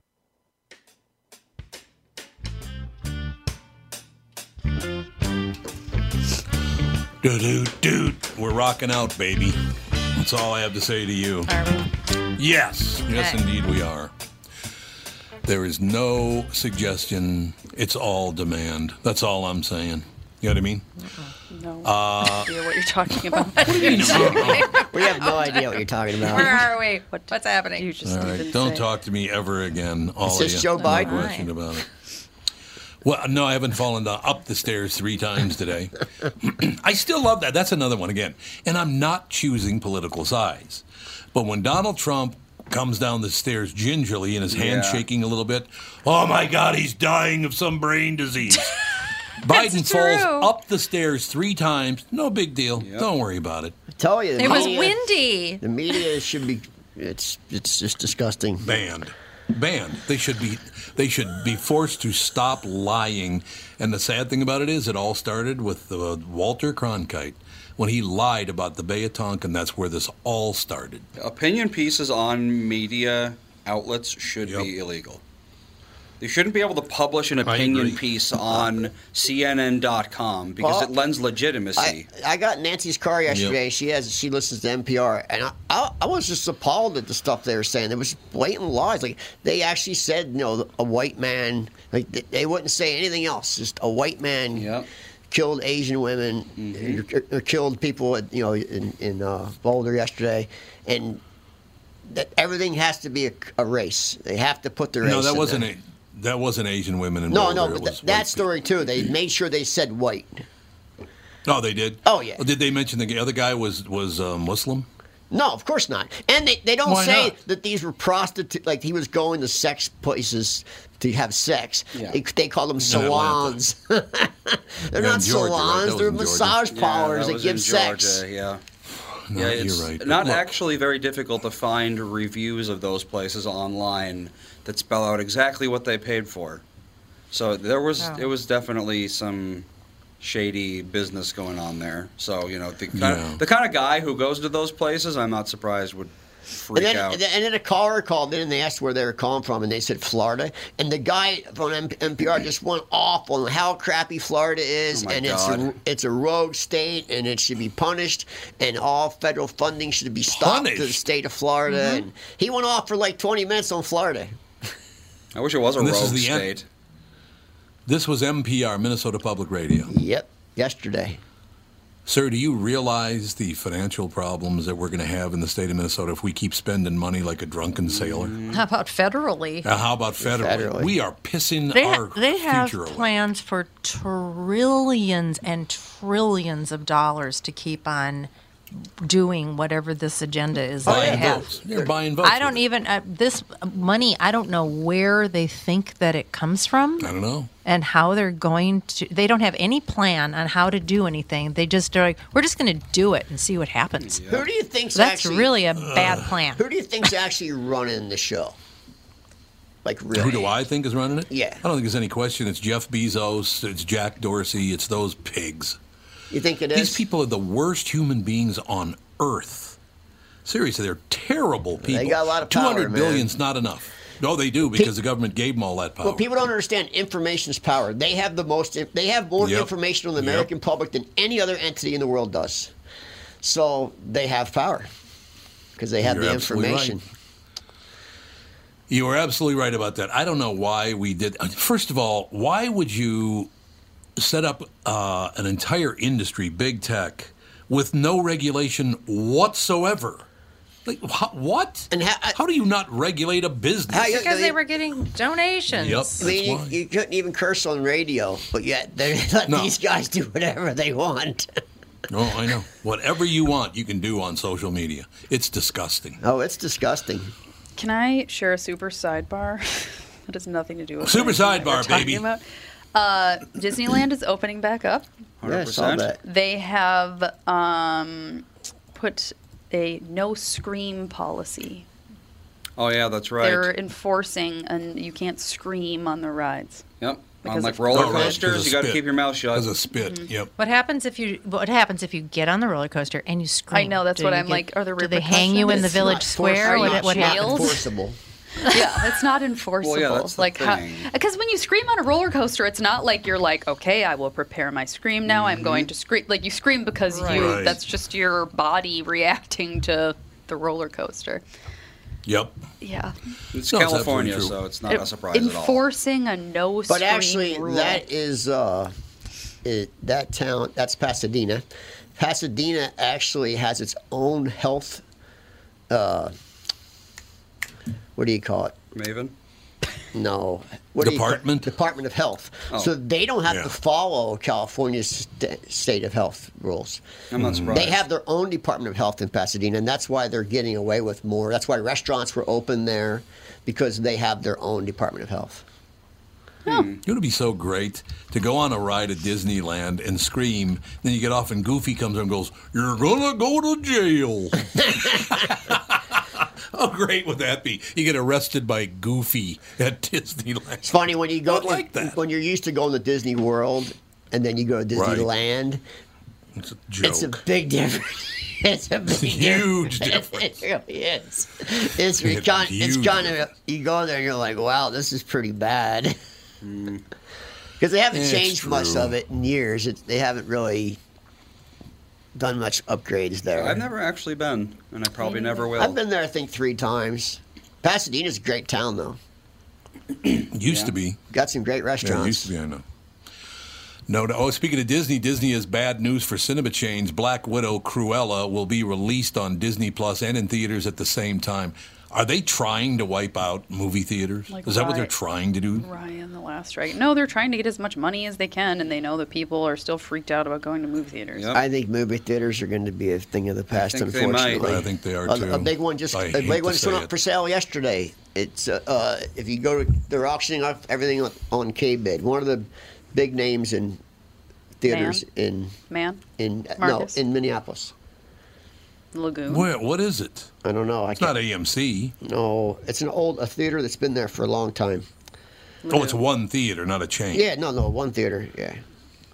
Speaker 1: Dude, dude, dude. We're rocking out, baby. That's all I have to say to you.
Speaker 2: Are we?
Speaker 1: Yes. Yes,
Speaker 2: Okay.
Speaker 1: indeed, we are. There is no suggestion. It's all demand. That's all I'm saying. You know what I mean?
Speaker 4: No
Speaker 1: Uh,
Speaker 4: idea what you're talking about.
Speaker 3: We have no idea what you're talking
Speaker 2: Where
Speaker 3: about.
Speaker 2: are we? What, what's happening?
Speaker 4: you just
Speaker 1: All right.
Speaker 4: even
Speaker 1: Don't
Speaker 4: say.
Speaker 1: talk to me ever again. All
Speaker 3: Is
Speaker 1: of
Speaker 3: this
Speaker 1: you.
Speaker 3: Joe
Speaker 1: No
Speaker 3: Biden?
Speaker 1: question about it. Well, no, I haven't fallen down, up the stairs three times today. I still love that. That's another one again. And I'm not choosing political sides. But when Donald Trump comes down the stairs gingerly and his hand
Speaker 5: Yeah.
Speaker 1: shaking a little bit, oh my God, he's dying of some brain disease. Biden
Speaker 2: It's
Speaker 1: falls
Speaker 2: true.
Speaker 1: up the stairs three times. No big deal. Don't worry about it.
Speaker 3: I tell you, uh, the
Speaker 2: It was
Speaker 3: media-
Speaker 2: windy.
Speaker 3: The media should be. It's it's just disgusting.
Speaker 1: banned. Banned. They should be. They should be forced to stop lying. And the sad thing about it is, it all started with uh, Walter Cronkite when he lied about the Bay of Tonkin. That's where this all started.
Speaker 5: Opinion pieces on media outlets should be
Speaker 1: Yep.
Speaker 5: illegal. You shouldn't be able to publish an opinion
Speaker 1: agree.
Speaker 5: piece on CNN.com because
Speaker 3: Well,
Speaker 5: it lends
Speaker 3: I,
Speaker 5: legitimacy.
Speaker 3: I got Nancy's car yesterday. She has she listens to NPR, and I, I I was just appalled at the stuff they were saying. It was blatant lies. Like they actually said, you know, a white man. Like they, they wouldn't say anything else. Just a white man
Speaker 5: Yep.
Speaker 3: killed Asian women,
Speaker 1: Mm-hmm.
Speaker 3: or, or killed people. At, you know, in in uh, Boulder yesterday, and. That everything has to be a, a race. They have to put their
Speaker 1: No,
Speaker 3: race
Speaker 1: that
Speaker 3: in
Speaker 1: wasn't
Speaker 3: there.
Speaker 1: a, That wasn't Asian women in
Speaker 3: No,
Speaker 1: Boulder.
Speaker 3: no,
Speaker 1: It
Speaker 3: but
Speaker 1: was
Speaker 3: th- that
Speaker 1: white
Speaker 3: story too. They made sure they said white.
Speaker 1: people. No, they did.
Speaker 3: Oh, yeah.
Speaker 1: Did they mention the other guy was was uh, Muslim?
Speaker 3: No, of course not. And they, they don't
Speaker 1: Why
Speaker 3: say
Speaker 1: not?
Speaker 3: that these were prostitutes. Like he was going to sex places to have sex.
Speaker 5: Yeah.
Speaker 3: They, they call them
Speaker 1: Atlanta.
Speaker 3: salons. They're
Speaker 1: Yeah, in
Speaker 3: not
Speaker 1: Georgia, right?
Speaker 3: salons.
Speaker 1: That was
Speaker 3: They're
Speaker 1: in Georgia.
Speaker 3: massage parlors
Speaker 5: that
Speaker 3: that
Speaker 5: was
Speaker 3: give
Speaker 5: in
Speaker 3: sex.
Speaker 5: Georgia, yeah.
Speaker 1: No,
Speaker 5: yeah, it's
Speaker 1: you're right. But
Speaker 5: not
Speaker 1: look,
Speaker 5: actually very difficult to find reviews of those places online that spell out exactly what they paid for. So there was
Speaker 2: Wow.
Speaker 5: it was definitely some shady business going on there. So you know the kind,
Speaker 1: Yeah.
Speaker 5: of, the kind of guy who goes to those places, I'm not surprised would freak
Speaker 3: And then,
Speaker 5: out.
Speaker 3: and then a caller called in and they asked where they were calling from, and they said Florida. And the guy from M- NPR just went off on how crappy Florida is,
Speaker 5: Oh, my
Speaker 3: and
Speaker 5: God.
Speaker 3: it's a, it's a rogue state, and it should be punished, and all federal funding should be stopped to the
Speaker 1: Punished?
Speaker 3: state of Florida.
Speaker 2: Mm-hmm.
Speaker 3: And he went off for like 20 minutes on Florida.
Speaker 5: I wish it was a
Speaker 1: And
Speaker 5: rogue
Speaker 1: this is the end-
Speaker 5: state.
Speaker 1: This was NPR, Minnesota Public Radio.
Speaker 3: Yep, yesterday.
Speaker 1: Sir, do you realize the financial problems that we're going to have in the state of Minnesota if we keep spending money like a drunken sailor?
Speaker 2: How about federally?
Speaker 1: Now, how about federally?
Speaker 3: Mm-hmm. Federally.
Speaker 1: We are pissing
Speaker 2: They,
Speaker 1: our
Speaker 2: ha- they have
Speaker 1: future away.
Speaker 2: plans for trillions and trillions of dollars to keep on doing whatever this agenda is that they
Speaker 1: Buying
Speaker 2: have.
Speaker 1: votes. You're buying votes.
Speaker 2: I don't even uh, this money. I don't know where they think that it comes from
Speaker 1: I don't know.
Speaker 2: and how they're going to. They don't have any plan on how to do anything. They just are like, we're just going to do it and see what happens.
Speaker 3: Who do you think's
Speaker 2: That's
Speaker 3: actually,
Speaker 2: really a bad plan.
Speaker 3: Who do you think's actually running the show? Like really?
Speaker 1: Who do I think is running it?
Speaker 3: Yeah.
Speaker 1: I don't think there's any question. It's Jeff Bezos. It's Jack Dorsey. It's those pigs.
Speaker 3: You think it is?
Speaker 1: These people are the worst human beings on earth. Seriously, they're terrible people.
Speaker 3: got a lot of power,
Speaker 1: 200 billion's
Speaker 3: man.
Speaker 1: not enough. No, they do because the government gave them all that power.
Speaker 3: Well, people don't understand information's power. They have the most. They have more
Speaker 1: Yep.
Speaker 3: information on the
Speaker 1: Yep.
Speaker 3: American public than any other entity in the world does. So they have power because they have
Speaker 1: You're
Speaker 3: the
Speaker 1: absolutely
Speaker 3: information.
Speaker 1: right. You are absolutely right about that. I don't know why we did. First of all, why would you set up uh, an entire industry, big tech, with no regulation whatsoever? Like wha- what?
Speaker 3: And how- I-
Speaker 1: how do you not regulate a business?
Speaker 3: How you-
Speaker 2: Because they were getting donations.
Speaker 1: Yep.
Speaker 3: I mean,
Speaker 1: That's
Speaker 3: you,
Speaker 1: why.
Speaker 3: you couldn't even curse on radio, but yet they let
Speaker 1: No.
Speaker 3: these guys do whatever they want.
Speaker 1: No, I know. Whatever you want, you can do on social media. It's disgusting.
Speaker 3: Oh, it's disgusting.
Speaker 4: Can I share a super sidebar? that has nothing to do with
Speaker 1: Super
Speaker 4: anything that we're
Speaker 1: sidebar,
Speaker 4: talking
Speaker 1: baby.
Speaker 4: about. Uh, Disneyland is opening back up.
Speaker 3: Yeah, I saw
Speaker 5: 100%.
Speaker 3: that.
Speaker 4: They have um, put a no scream policy.
Speaker 5: Oh yeah, that's right.
Speaker 4: They're enforcing, and you can't scream on the rides.
Speaker 5: yep. On
Speaker 4: Because
Speaker 5: like
Speaker 4: of-
Speaker 5: roller
Speaker 1: Oh, right, 'cause
Speaker 5: coasters,
Speaker 1: of
Speaker 5: you got to
Speaker 1: spit.
Speaker 5: keep your mouth shut.
Speaker 1: Because of spit.
Speaker 3: Mm-hmm.
Speaker 1: Yep.
Speaker 2: What happens if you? What happens if you get on the roller coaster and you scream?
Speaker 4: I know, that's
Speaker 2: Do
Speaker 4: what
Speaker 2: you
Speaker 4: I'm like, are there
Speaker 2: Do they hang you in the
Speaker 4: repercussions?
Speaker 2: village
Speaker 3: It's not force-
Speaker 2: square?
Speaker 4: Are
Speaker 2: What,
Speaker 4: you
Speaker 2: what
Speaker 4: jailed?
Speaker 2: happens?
Speaker 3: Enforceable.
Speaker 4: yeah, it's not enforceable.
Speaker 5: that's the
Speaker 4: like how-
Speaker 5: thing.
Speaker 4: because when you scream on a roller coaster, it's not like you're like, okay, I will prepare my scream now. I'm
Speaker 5: Mm-hmm.
Speaker 4: going to scream. Like you scream because you.
Speaker 1: Right.
Speaker 4: That's just your body reacting to the roller coaster.
Speaker 1: Yep.
Speaker 4: Yeah,
Speaker 5: It's
Speaker 1: No, it's
Speaker 5: California,
Speaker 1: absolutely true.
Speaker 5: so it's not a surprise
Speaker 4: enforcing a no
Speaker 3: But
Speaker 4: scream
Speaker 3: actually,
Speaker 4: rule.
Speaker 3: that is uh, it, that town. That's Pasadena. Pasadena actually has its own health. Uh, what do you call it?
Speaker 5: at all. Maven.
Speaker 3: No. What do you call it?
Speaker 1: Department?
Speaker 3: Department of Health. So they don't have
Speaker 1: Yeah.
Speaker 3: to follow California's st- state of health rules.
Speaker 5: I'm not surprised.
Speaker 3: They have their own Department of Health in Pasadena, and that's why they're getting away with more. That's why restaurants were open there because they have their own Department of Health.
Speaker 1: It would be so great to go on a ride at Disneyland and scream. Then you get off, and Goofy comes up and goes, You're going to go to jail. How great would that be? You get arrested by Goofy at Disneyland.
Speaker 3: It's funny when you go
Speaker 1: I'd like that.
Speaker 3: when you're used to going to Disney World and then you go to
Speaker 1: Right.
Speaker 3: Disneyland.
Speaker 1: It's a joke.
Speaker 3: It's a big difference. It's a big
Speaker 1: huge
Speaker 3: It
Speaker 1: difference.
Speaker 3: really is. It's,
Speaker 1: It's
Speaker 3: it's, kind, it's
Speaker 1: huge
Speaker 3: kind of
Speaker 1: difference.
Speaker 3: you go there and you're like, wow, this is pretty bad. Because they haven't
Speaker 1: Hmm. It's
Speaker 3: changed much
Speaker 1: true.
Speaker 3: of it in years. It, they haven't really done much upgrades there.
Speaker 5: I've never actually been, and I probably never will.
Speaker 3: I've been there, I think, three times. Pasadena's a great town, though.
Speaker 1: used to be.
Speaker 3: Got some great
Speaker 1: Yeah, it
Speaker 3: restaurants.
Speaker 1: used to be, I know. No, no. Oh, speaking of Disney, Disney is bad news for cinema chains. Black Widow Cruella will be released on Disney Plus and in theaters at the same time. Are they trying to wipe out movie theaters?
Speaker 4: Like
Speaker 1: is that what they're
Speaker 4: why-
Speaker 1: trying to do?
Speaker 4: Ryan the Last Dragon. No, they're trying to get as much money as they can, and they know that people are still freaked out about going to movie theaters.
Speaker 5: Yep.
Speaker 3: I think movie theaters are going to be a thing of the past,
Speaker 5: think they might.
Speaker 3: unfortunately.
Speaker 1: I think they are
Speaker 3: a,
Speaker 1: too.
Speaker 3: a big one just
Speaker 1: I
Speaker 3: a
Speaker 1: hate to
Speaker 3: big one just went
Speaker 1: say
Speaker 3: up
Speaker 1: it.
Speaker 3: for sale yesterday. It's uh, uh, if you go to they're auctioning off everything on, on K bid. One of the big names in theaters
Speaker 4: Man,
Speaker 3: in in
Speaker 4: Marcus?
Speaker 3: no in Minneapolis.
Speaker 4: Lagoon.
Speaker 1: Where, what is it?
Speaker 3: I don't know. I
Speaker 1: It's not
Speaker 3: can't.
Speaker 1: AMC.
Speaker 3: no, it's an old a theater that's been there for a long time.
Speaker 1: Oh, it's one theater, not a chain.
Speaker 3: Yeah, no, no, one theater. Yeah,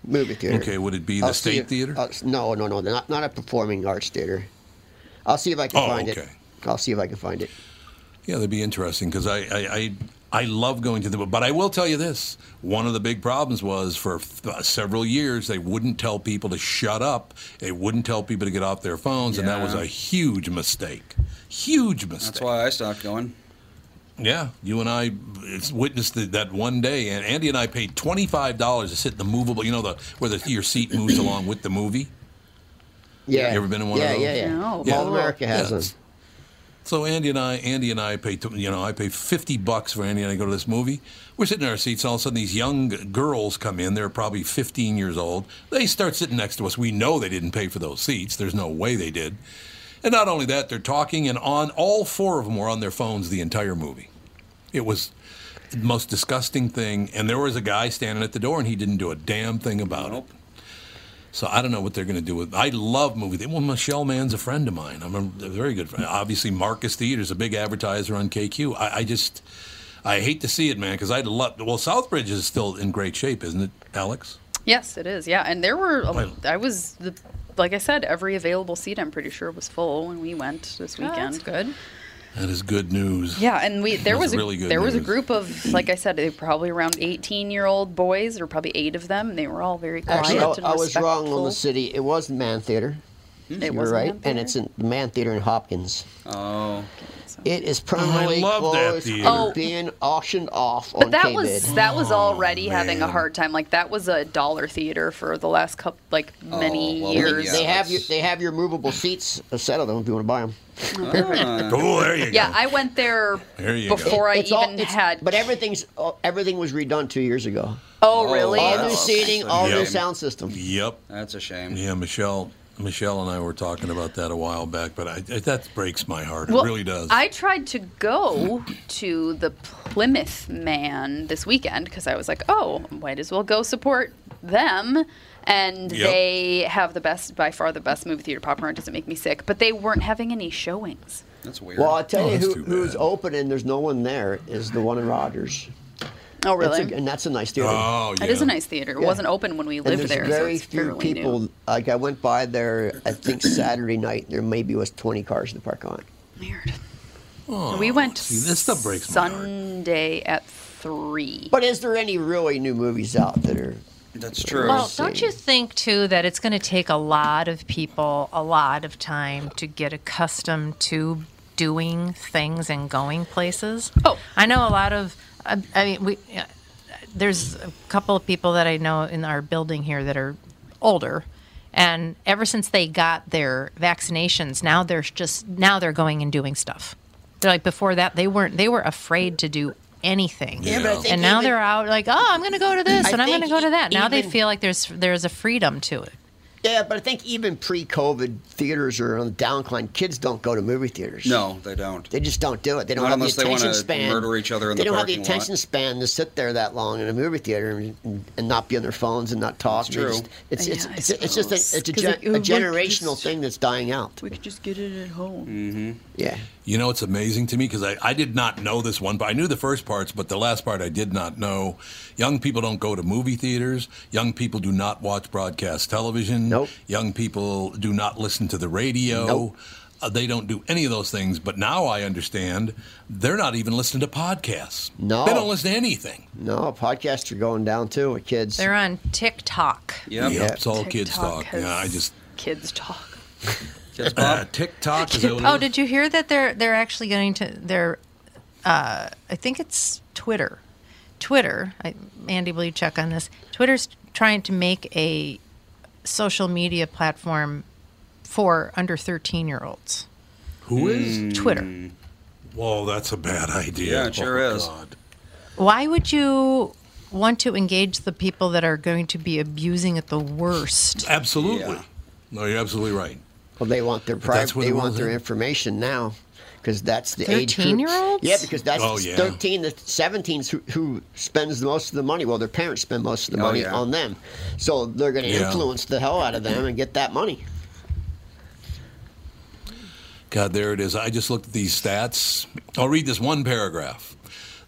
Speaker 3: movie theater.
Speaker 1: Okay, would it be
Speaker 3: I'll
Speaker 1: the
Speaker 3: see
Speaker 1: State
Speaker 3: if-
Speaker 1: Theater?
Speaker 3: I'll- no, no, no, not not a performing arts theater. I'll see if I can
Speaker 1: Oh,
Speaker 3: find
Speaker 1: okay.
Speaker 3: it. I'll see if I can find it.
Speaker 1: Yeah, that'd be interesting because I, I, I, I love going to the. But I will tell you this: one of the big problems was for th- several years they wouldn't tell people to shut up. They wouldn't tell people to get off their phones, and that was
Speaker 5: Yeah.
Speaker 1: a huge mistake. Huge mistake.
Speaker 5: That's why I stopped going.
Speaker 1: Yeah, you and I it's witnessed the, that one day, and Andy and I paid twenty five dollars to sit in the movable. You know the where the, your seat moves along with the movie.
Speaker 3: Yeah.
Speaker 1: You ever been in one of
Speaker 3: yeah,
Speaker 1: those?
Speaker 3: Yeah, yeah,
Speaker 4: No.
Speaker 3: Mall of America has
Speaker 1: Yeah,
Speaker 3: them.
Speaker 1: it's- So Andy and I, Andy and I pay, tw- you know, I pay fifty bucks for Andy and I to go to this movie. We're sitting in our seats. All of a sudden, these young g- girls come in. They're probably fifteen years old. They start sitting next to us. We know they didn't pay for those seats. There's no way they did. And not only that, they're talking, and on all four of them were on their phones the entire movie. It was the most disgusting thing. And there was a guy standing at the door, and he didn't do a damn thing about it. So I don't know what they're going to do with. I love movie. Well, Michelle Mann's a friend of mine. I'm a very good friend. Obviously, Marcus Theater's a big advertiser on KQ. I, I just, I hate to see it, man, because I'd love. Well, Southbridge is still in great shape, isn't it, Alex?
Speaker 4: Yes, it is. Yeah, and there were. um,
Speaker 1: Well-
Speaker 4: I was the, like I said, every available seat. I'm pretty sure was full when we went this weekend.
Speaker 2: that's
Speaker 4: good.
Speaker 1: That is good news.
Speaker 4: Yeah, and we there
Speaker 1: That's
Speaker 4: was a,
Speaker 1: really good
Speaker 4: there was a
Speaker 1: news.
Speaker 4: group of like I said, they were probably around 18 year old boys. There were probably eight of them. and They were all very quiet
Speaker 3: Actually, I,
Speaker 4: and
Speaker 3: I was wrong on
Speaker 4: respectful. Hmm.
Speaker 3: the city. It was Man Theater.
Speaker 4: It
Speaker 3: you were
Speaker 4: was
Speaker 3: right,
Speaker 4: Man
Speaker 3: and it's in the Man Theater in Hopkins.
Speaker 5: Oh.
Speaker 3: It is permanently
Speaker 1: love that
Speaker 3: closed
Speaker 1: theater.
Speaker 3: and
Speaker 4: Oh.
Speaker 3: being auctioned off
Speaker 4: But
Speaker 3: on
Speaker 4: that
Speaker 3: KBID.
Speaker 4: was that was already having a
Speaker 1: Oh, man.
Speaker 4: hard time. Like that was a dollar theater for the last couple like
Speaker 1: Oh,
Speaker 4: many
Speaker 5: well,
Speaker 4: years.
Speaker 5: yeah.
Speaker 3: They have your
Speaker 5: that's-
Speaker 3: they have your movable seats, a set of them if you want to buy them.
Speaker 1: Oh, there you
Speaker 4: Yeah,
Speaker 1: go.
Speaker 4: I went there
Speaker 1: There you go.
Speaker 4: before I
Speaker 3: It's all-
Speaker 4: even
Speaker 3: it's-
Speaker 4: had.
Speaker 3: But everything's all- everything was redone two years ago.
Speaker 4: oh really?
Speaker 3: All
Speaker 5: Oh,
Speaker 3: new
Speaker 5: okay.
Speaker 3: seating,
Speaker 5: So
Speaker 3: all
Speaker 1: yeah.
Speaker 3: new sound system.
Speaker 1: Yep.
Speaker 5: That's a shame.
Speaker 1: Yeah, Michelle, Michelle and I were talking about that a while back, but I, that breaks my heart.
Speaker 4: Well,
Speaker 1: it really does.
Speaker 4: I tried to go to the Plymouth Man this weekend because I was like, oh, might as well go support them. And
Speaker 1: Yep.
Speaker 4: they have the best, by far the best movie theater popcorn. It doesn't make me sick, but they weren't having any showings.
Speaker 5: That's weird.
Speaker 3: Well, I'll tell
Speaker 1: Oh,
Speaker 3: you
Speaker 1: that's
Speaker 3: who,
Speaker 1: too
Speaker 3: who's
Speaker 1: bad.
Speaker 3: open and there's no one there is the one in Rogers.
Speaker 4: Oh,
Speaker 3: That's
Speaker 4: really?
Speaker 3: a- and that's a nice theater.
Speaker 1: oh, yeah.
Speaker 4: It is a nice theater. It
Speaker 3: Yeah.
Speaker 4: wasn't open when we
Speaker 3: and
Speaker 4: lived
Speaker 3: there's
Speaker 4: there. so
Speaker 3: very
Speaker 4: it's
Speaker 3: few
Speaker 4: fairly new.
Speaker 3: people. Like I went by there, I think Saturday night. There maybe was 20 cars in the park on.
Speaker 4: Weird. we went
Speaker 1: see, this stuff breaks my heart.
Speaker 4: Sunday at three.
Speaker 3: But is there any really new movies out that are?
Speaker 5: That's true.
Speaker 2: Well,
Speaker 3: Let's
Speaker 2: don't
Speaker 3: see.
Speaker 2: you think too that it's going to take a lot of people a lot of time to get accustomed to doing things and going places?
Speaker 4: Oh.
Speaker 2: I know a lot of. I, I mean, we uh, there's a couple of people that I know in our building here that are older, and ever since they got their vaccinations, now they're just now they're going and doing stuff. They're like before that they weren't. They were afraid to do anything
Speaker 1: Yeah, but I think
Speaker 2: and now
Speaker 3: even-
Speaker 2: they're out like oh i'm gonna go to this
Speaker 3: I
Speaker 2: and i'm
Speaker 3: think
Speaker 2: gonna go to that now they
Speaker 3: even-
Speaker 2: feel like there's there's a freedom to it
Speaker 3: Yeah, but I think even pre-COVID theaters are on the downcline. Kids don't go to movie theaters.
Speaker 5: no, they don't.
Speaker 3: They just don't do it. They don't
Speaker 5: Not
Speaker 3: have the
Speaker 5: unless they
Speaker 3: attention
Speaker 5: wanna
Speaker 3: span.
Speaker 5: murder each other in
Speaker 3: they
Speaker 5: the
Speaker 3: don't have the
Speaker 5: parking lot.
Speaker 3: attention span to sit there that long in a movie theater and, and not be on their phones and not talk.
Speaker 5: That's
Speaker 3: They
Speaker 5: true.
Speaker 3: just- It's it's
Speaker 4: Yeah, I
Speaker 3: it's, it's just
Speaker 4: suppose.
Speaker 3: a, it's a,
Speaker 4: 'Cause
Speaker 3: gen-
Speaker 4: like, oh,
Speaker 3: a
Speaker 4: look,
Speaker 3: generational
Speaker 4: it's-
Speaker 3: thing that's dying out.
Speaker 4: could just get it at home.
Speaker 1: Mm.
Speaker 3: Yeah.
Speaker 1: You know, it's amazing to me because I, I did not know this one, but I knew the first parts, but the last part I did not know. Young people don't go to movie theaters. Young people do not watch broadcast television.
Speaker 3: Nope.
Speaker 1: Young people do not listen to the radio.
Speaker 3: Nope.
Speaker 1: Uh, they don't do any of those things. But now I understand they're not even listening to podcasts.
Speaker 3: No.
Speaker 1: They don't listen to anything.
Speaker 3: No, podcasts are going down too with kids.
Speaker 2: they're on tiktok
Speaker 5: Yep.
Speaker 1: Yeah, it's all kids
Speaker 4: TikTok
Speaker 1: talk. Yeah, I
Speaker 4: has
Speaker 1: just
Speaker 4: kids talk.
Speaker 5: Kids
Speaker 1: uh,
Speaker 5: pop.
Speaker 1: TikTok is. that what it
Speaker 2: oh
Speaker 1: is?
Speaker 2: did you hear that they're they're actually going to they're uh, i think it's twitter twitter I, andy will you check on this twitter's trying to make a social media platform for under 13 year olds
Speaker 1: Who is?
Speaker 2: twitter
Speaker 1: Whoa, that's a bad idea.
Speaker 5: Mm. Yeah, it sure
Speaker 1: Oh,
Speaker 5: is.
Speaker 1: God.
Speaker 2: why would you want to engage the people that are going to be abusing it the worst
Speaker 1: Absolutely.
Speaker 5: Yeah.
Speaker 1: No, you're absolutely right.
Speaker 3: Well, they want their
Speaker 1: that's
Speaker 3: private.
Speaker 1: where
Speaker 3: They
Speaker 1: the
Speaker 3: want
Speaker 1: world's
Speaker 3: their
Speaker 1: at.
Speaker 3: information now, because that's the age group.
Speaker 2: 13-year-olds?
Speaker 3: Yeah, because that's
Speaker 1: Oh,
Speaker 3: the
Speaker 1: yeah.
Speaker 3: thirteen to seventeens who, who spends most of the money. Well, their parents spend most of the
Speaker 5: Oh,
Speaker 3: money
Speaker 5: yeah.
Speaker 3: on them, so they're going to
Speaker 1: Yeah.
Speaker 3: influence the hell out of them and get that money.
Speaker 1: God, there it is. I just looked at these stats. I'll read this one paragraph.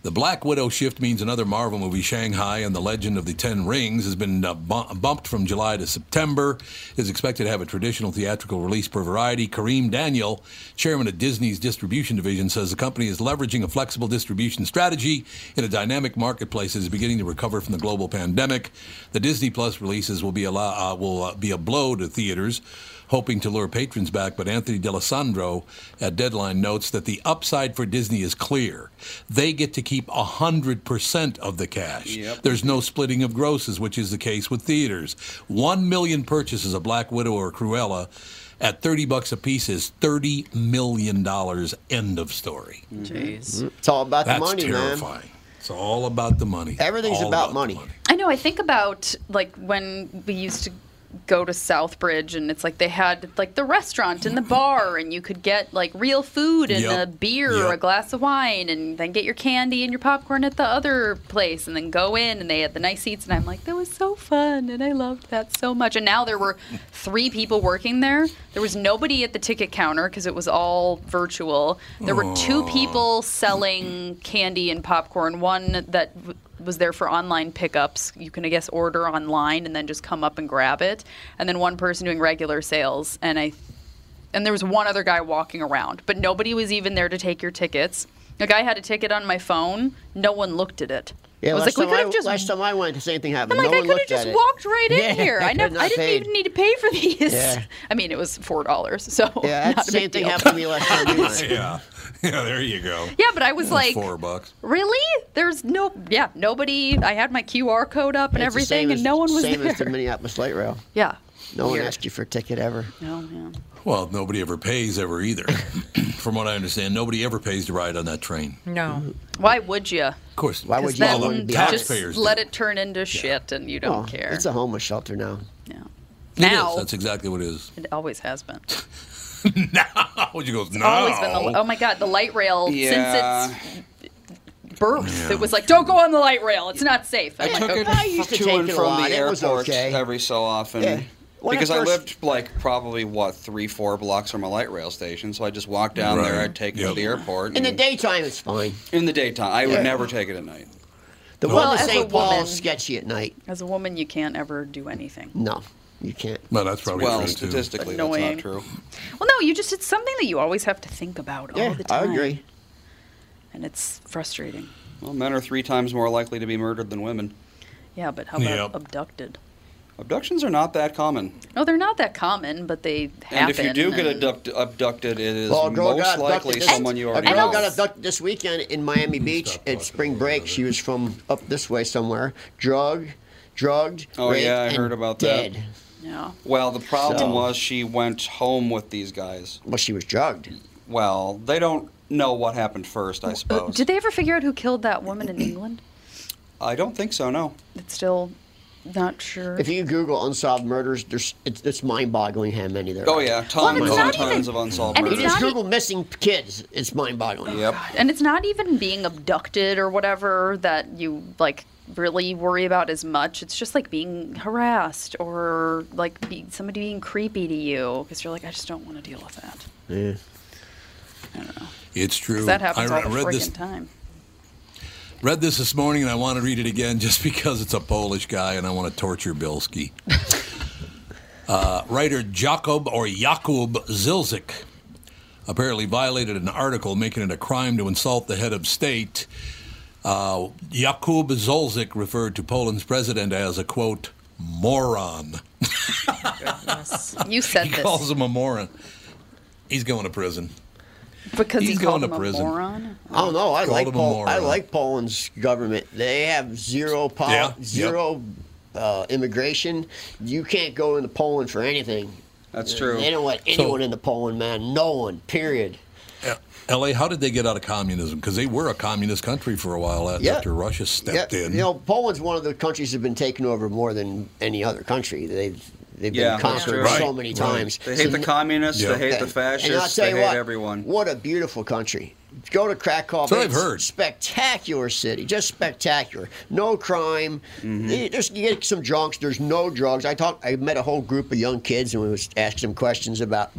Speaker 1: The Black Widow shift means another Marvel movie, Shanghai and the Legend of the Ten Rings, has been uh, bu- bumped from July to September. Is expected to have a traditional theatrical release per Variety. Kareem Daniel, chairman of Disney's distribution division, says the company is leveraging a flexible distribution strategy in a dynamic marketplace that is beginning to recover from the global pandemic. The Disney Plus releases will be allow- uh, will uh, be a blow to theaters hoping to lure patrons back, but Anthony D'Alessandro at Deadline notes that the upside for Disney is clear. They get to keep 100% of the cash.
Speaker 5: Yep.
Speaker 1: There's no splitting of grosses, which is the case with theaters. 1 million purchases of Black Widow or Cruella at 30 bucks a piece is 30 million dollars end of story.
Speaker 2: Jeez.
Speaker 3: It's all about
Speaker 1: That's
Speaker 3: the money, man.
Speaker 1: terrifying. It's all about the money.
Speaker 3: Everything's
Speaker 1: All
Speaker 3: about
Speaker 1: the
Speaker 3: money.
Speaker 4: I know. I think about like when we used to go to Southbridge, and it's like they had like the restaurant and the bar, and you could get like real food and
Speaker 1: Yep.
Speaker 4: a beer or a
Speaker 1: Yep.
Speaker 4: glass of wine, and then get your candy and your popcorn at the other place, and then go in, and they had the nice seats, and I'm like, that was so fun, and I loved that so much. And now there were three people working there. There was nobody at the ticket counter because it was all virtual. There were two people selling candy and popcorn. One that w- was there for online pickups. You can, I guess, order online and then just come up and grab it. And then one person doing regular sales. And I, and there was one other guy walking around, but nobody was even there to take your tickets. Like I had a ticket on my phone. No one looked at it. I was
Speaker 3: last
Speaker 4: like, we
Speaker 3: time
Speaker 4: could have
Speaker 3: I-
Speaker 4: just.
Speaker 3: last time I went, the same thing
Speaker 4: I'm
Speaker 3: happened.
Speaker 4: like,
Speaker 3: no
Speaker 4: I
Speaker 3: one
Speaker 4: could have
Speaker 3: looked
Speaker 4: just
Speaker 3: at it.
Speaker 4: walked right in
Speaker 3: Yeah,
Speaker 4: here. I, never,
Speaker 3: not
Speaker 4: I didn't
Speaker 3: paid.
Speaker 4: even need to pay for these.
Speaker 3: Yeah.
Speaker 4: I mean, it was four dollars, so
Speaker 3: Yeah,
Speaker 4: not
Speaker 3: that's the
Speaker 4: a
Speaker 3: same
Speaker 4: big
Speaker 3: thing
Speaker 4: deal.
Speaker 3: happened to me last time. we went.
Speaker 1: Yeah. Yeah, there you go.
Speaker 4: Yeah, but I was like,
Speaker 1: Four bucks.
Speaker 4: Really? There's no, yeah, nobody. I had my QR code up and
Speaker 3: It's the
Speaker 4: everything,
Speaker 3: same
Speaker 4: and
Speaker 3: as-
Speaker 4: no one was
Speaker 3: same
Speaker 4: there.
Speaker 3: as the Minneapolis light rail.
Speaker 4: yeah.
Speaker 3: No one
Speaker 4: Weird.
Speaker 3: asked you for a ticket ever.
Speaker 4: No, yeah.
Speaker 1: Well, nobody ever pays ever either. From what I understand, nobody ever pays to ride on that train.
Speaker 2: No.
Speaker 4: Why would you?
Speaker 1: Of course.
Speaker 3: Why would
Speaker 4: Because
Speaker 3: you
Speaker 4: then
Speaker 3: all want to be
Speaker 1: tax
Speaker 3: on
Speaker 4: just
Speaker 3: it?
Speaker 1: taxpayers
Speaker 4: let
Speaker 1: do.
Speaker 4: it turn into shit, and you
Speaker 3: Oh,
Speaker 4: don't care.
Speaker 3: It's a homeless shelter now.
Speaker 4: yeah.
Speaker 1: It is.
Speaker 4: Now
Speaker 1: That's exactly what it is.
Speaker 4: it always has been.
Speaker 1: now she goes, no.
Speaker 4: Always been. The, oh my god, the light rail
Speaker 5: Yeah.
Speaker 4: since its birth, it was like, don't go on the light rail. It's not safe.
Speaker 5: I
Speaker 4: I'm like,
Speaker 5: took it
Speaker 3: I used to
Speaker 5: to
Speaker 3: take
Speaker 5: and
Speaker 3: it a
Speaker 5: from
Speaker 3: lot.
Speaker 5: the
Speaker 3: It was
Speaker 5: airport
Speaker 3: okay.
Speaker 5: every so often.
Speaker 3: Yeah. When I
Speaker 5: Because I
Speaker 3: first-
Speaker 5: lived like probably what three, four blocks from a light rail station, so I just walked down there.
Speaker 1: Right.
Speaker 5: I'd take it
Speaker 1: Yep.
Speaker 5: to the airport.
Speaker 3: In the
Speaker 5: and-
Speaker 3: daytime, it's fine.
Speaker 5: in the daytime, I
Speaker 3: Yeah.
Speaker 5: would never take it at night.
Speaker 3: The
Speaker 4: Well,
Speaker 3: one
Speaker 4: as
Speaker 3: in
Speaker 4: a
Speaker 3: St. Paul's
Speaker 4: woman-
Speaker 3: sketchy at night.
Speaker 4: As a woman, you can't ever do anything.
Speaker 3: No, you can't.
Speaker 1: Well, that's probably
Speaker 5: Well,
Speaker 1: true, too.
Speaker 5: statistically,
Speaker 4: Annoying.
Speaker 5: that's not true.
Speaker 4: Well, no, you just, it's something that you always have to think about all
Speaker 3: Yeah,
Speaker 4: the
Speaker 3: I
Speaker 4: time.
Speaker 3: agree.
Speaker 4: And it's frustrating.
Speaker 5: Well, men are three times more likely to be murdered than women.
Speaker 4: Yeah, but how about
Speaker 1: Yep.
Speaker 4: abducted?
Speaker 5: Abductions are not that common.
Speaker 4: No, they're not that common, but they happen.
Speaker 5: And if you do get
Speaker 4: and-
Speaker 5: abduct- abducted, it is
Speaker 3: Well, a girl
Speaker 5: most
Speaker 3: got
Speaker 5: likely
Speaker 3: abducted. this-
Speaker 5: someone you
Speaker 3: a
Speaker 5: already
Speaker 3: girl
Speaker 5: know.
Speaker 3: got abducted this weekend in Miami Beach
Speaker 1: stop
Speaker 3: at
Speaker 1: talking
Speaker 3: spring
Speaker 1: about
Speaker 3: break.
Speaker 1: it.
Speaker 3: She was from up this way somewhere. Drug, drugged.
Speaker 5: Oh,
Speaker 3: raped,
Speaker 5: yeah, I
Speaker 3: and
Speaker 5: heard about that.
Speaker 3: dead.
Speaker 4: Yeah.
Speaker 5: Well, the problem
Speaker 3: So-
Speaker 5: was she went home with these guys.
Speaker 3: Well, she was drugged.
Speaker 5: Well, they don't know what happened first, I
Speaker 4: Uh,
Speaker 5: suppose.
Speaker 4: did they ever figure out who killed that woman in England?
Speaker 5: I don't think so. No.
Speaker 4: It's still not sure.
Speaker 3: If you Google unsolved murders, there's it's, it's mind-boggling how many there.
Speaker 5: Oh
Speaker 3: are.
Speaker 5: yeah,
Speaker 4: Well,
Speaker 5: tons
Speaker 4: and
Speaker 5: and
Speaker 4: it's
Speaker 5: tons
Speaker 4: not
Speaker 5: tons
Speaker 4: even-
Speaker 5: of unsolved
Speaker 4: and
Speaker 3: You
Speaker 4: it's
Speaker 5: murders.
Speaker 3: just
Speaker 4: not e-
Speaker 3: Google missing kids. It's mind-boggling.
Speaker 5: Yep.
Speaker 4: and it's not even being abducted or whatever that you like really worry about as much. It's just like being harassed or like be, somebody being creepy to you because you're like, I just don't want to deal with that.
Speaker 3: Yeah.
Speaker 1: It's true.
Speaker 4: 'Cause that happens
Speaker 1: I,
Speaker 4: all the
Speaker 1: I read
Speaker 4: freaking
Speaker 1: this
Speaker 4: time.
Speaker 1: read this this morning, and I want to read it again just because it's a Polish guy, and I want to torture Bilski. uh, writer Jakob or Jakub Zilzik apparently violated an article making it a crime to insult the head of state. Uh, Jakub Zolzik referred to Poland's president as a quote moron.
Speaker 4: You said
Speaker 1: He
Speaker 4: this
Speaker 1: calls him a moron. He's going to prison.
Speaker 4: because
Speaker 1: he's
Speaker 4: he called
Speaker 1: going to
Speaker 4: him
Speaker 1: prison.
Speaker 4: a moron.
Speaker 3: I don't know. I
Speaker 1: Called
Speaker 3: like
Speaker 1: him a
Speaker 3: Pol-
Speaker 1: moron.
Speaker 3: I like Poland's government. They have zero pol-
Speaker 1: Yeah, yep.
Speaker 3: zero uh, immigration. You can't go into Poland for anything.
Speaker 5: That's true.
Speaker 3: They don't let anyone into Poland, man. No one. Period.
Speaker 1: LA, how did they get out of communism? Because they were a communist country for a while a-
Speaker 3: Yeah.
Speaker 1: after Russia stepped
Speaker 3: Yeah,
Speaker 1: in.
Speaker 3: you know, Poland's one of the countries that have been taken over more than any other country. They've they've
Speaker 5: Yeah,
Speaker 3: been
Speaker 5: that's
Speaker 3: conquered
Speaker 5: true.
Speaker 3: so
Speaker 1: Right,
Speaker 3: many
Speaker 1: right.
Speaker 3: times.
Speaker 5: They hate
Speaker 3: So
Speaker 5: the
Speaker 3: n-
Speaker 5: communists.
Speaker 1: Yeah.
Speaker 5: They hate the
Speaker 3: And- and I'll
Speaker 5: fascists.
Speaker 3: tell
Speaker 5: They
Speaker 3: you
Speaker 5: hate
Speaker 3: what,
Speaker 5: everyone.
Speaker 3: What a beautiful country. Go to Krakow.
Speaker 1: That's what I've
Speaker 3: it's
Speaker 1: heard.
Speaker 3: Spectacular city, just spectacular. No crime.
Speaker 5: Mm-hmm.
Speaker 3: You Just you get some drunks. There's no drugs. I talked. I met a whole group of young kids, and we was asking them questions about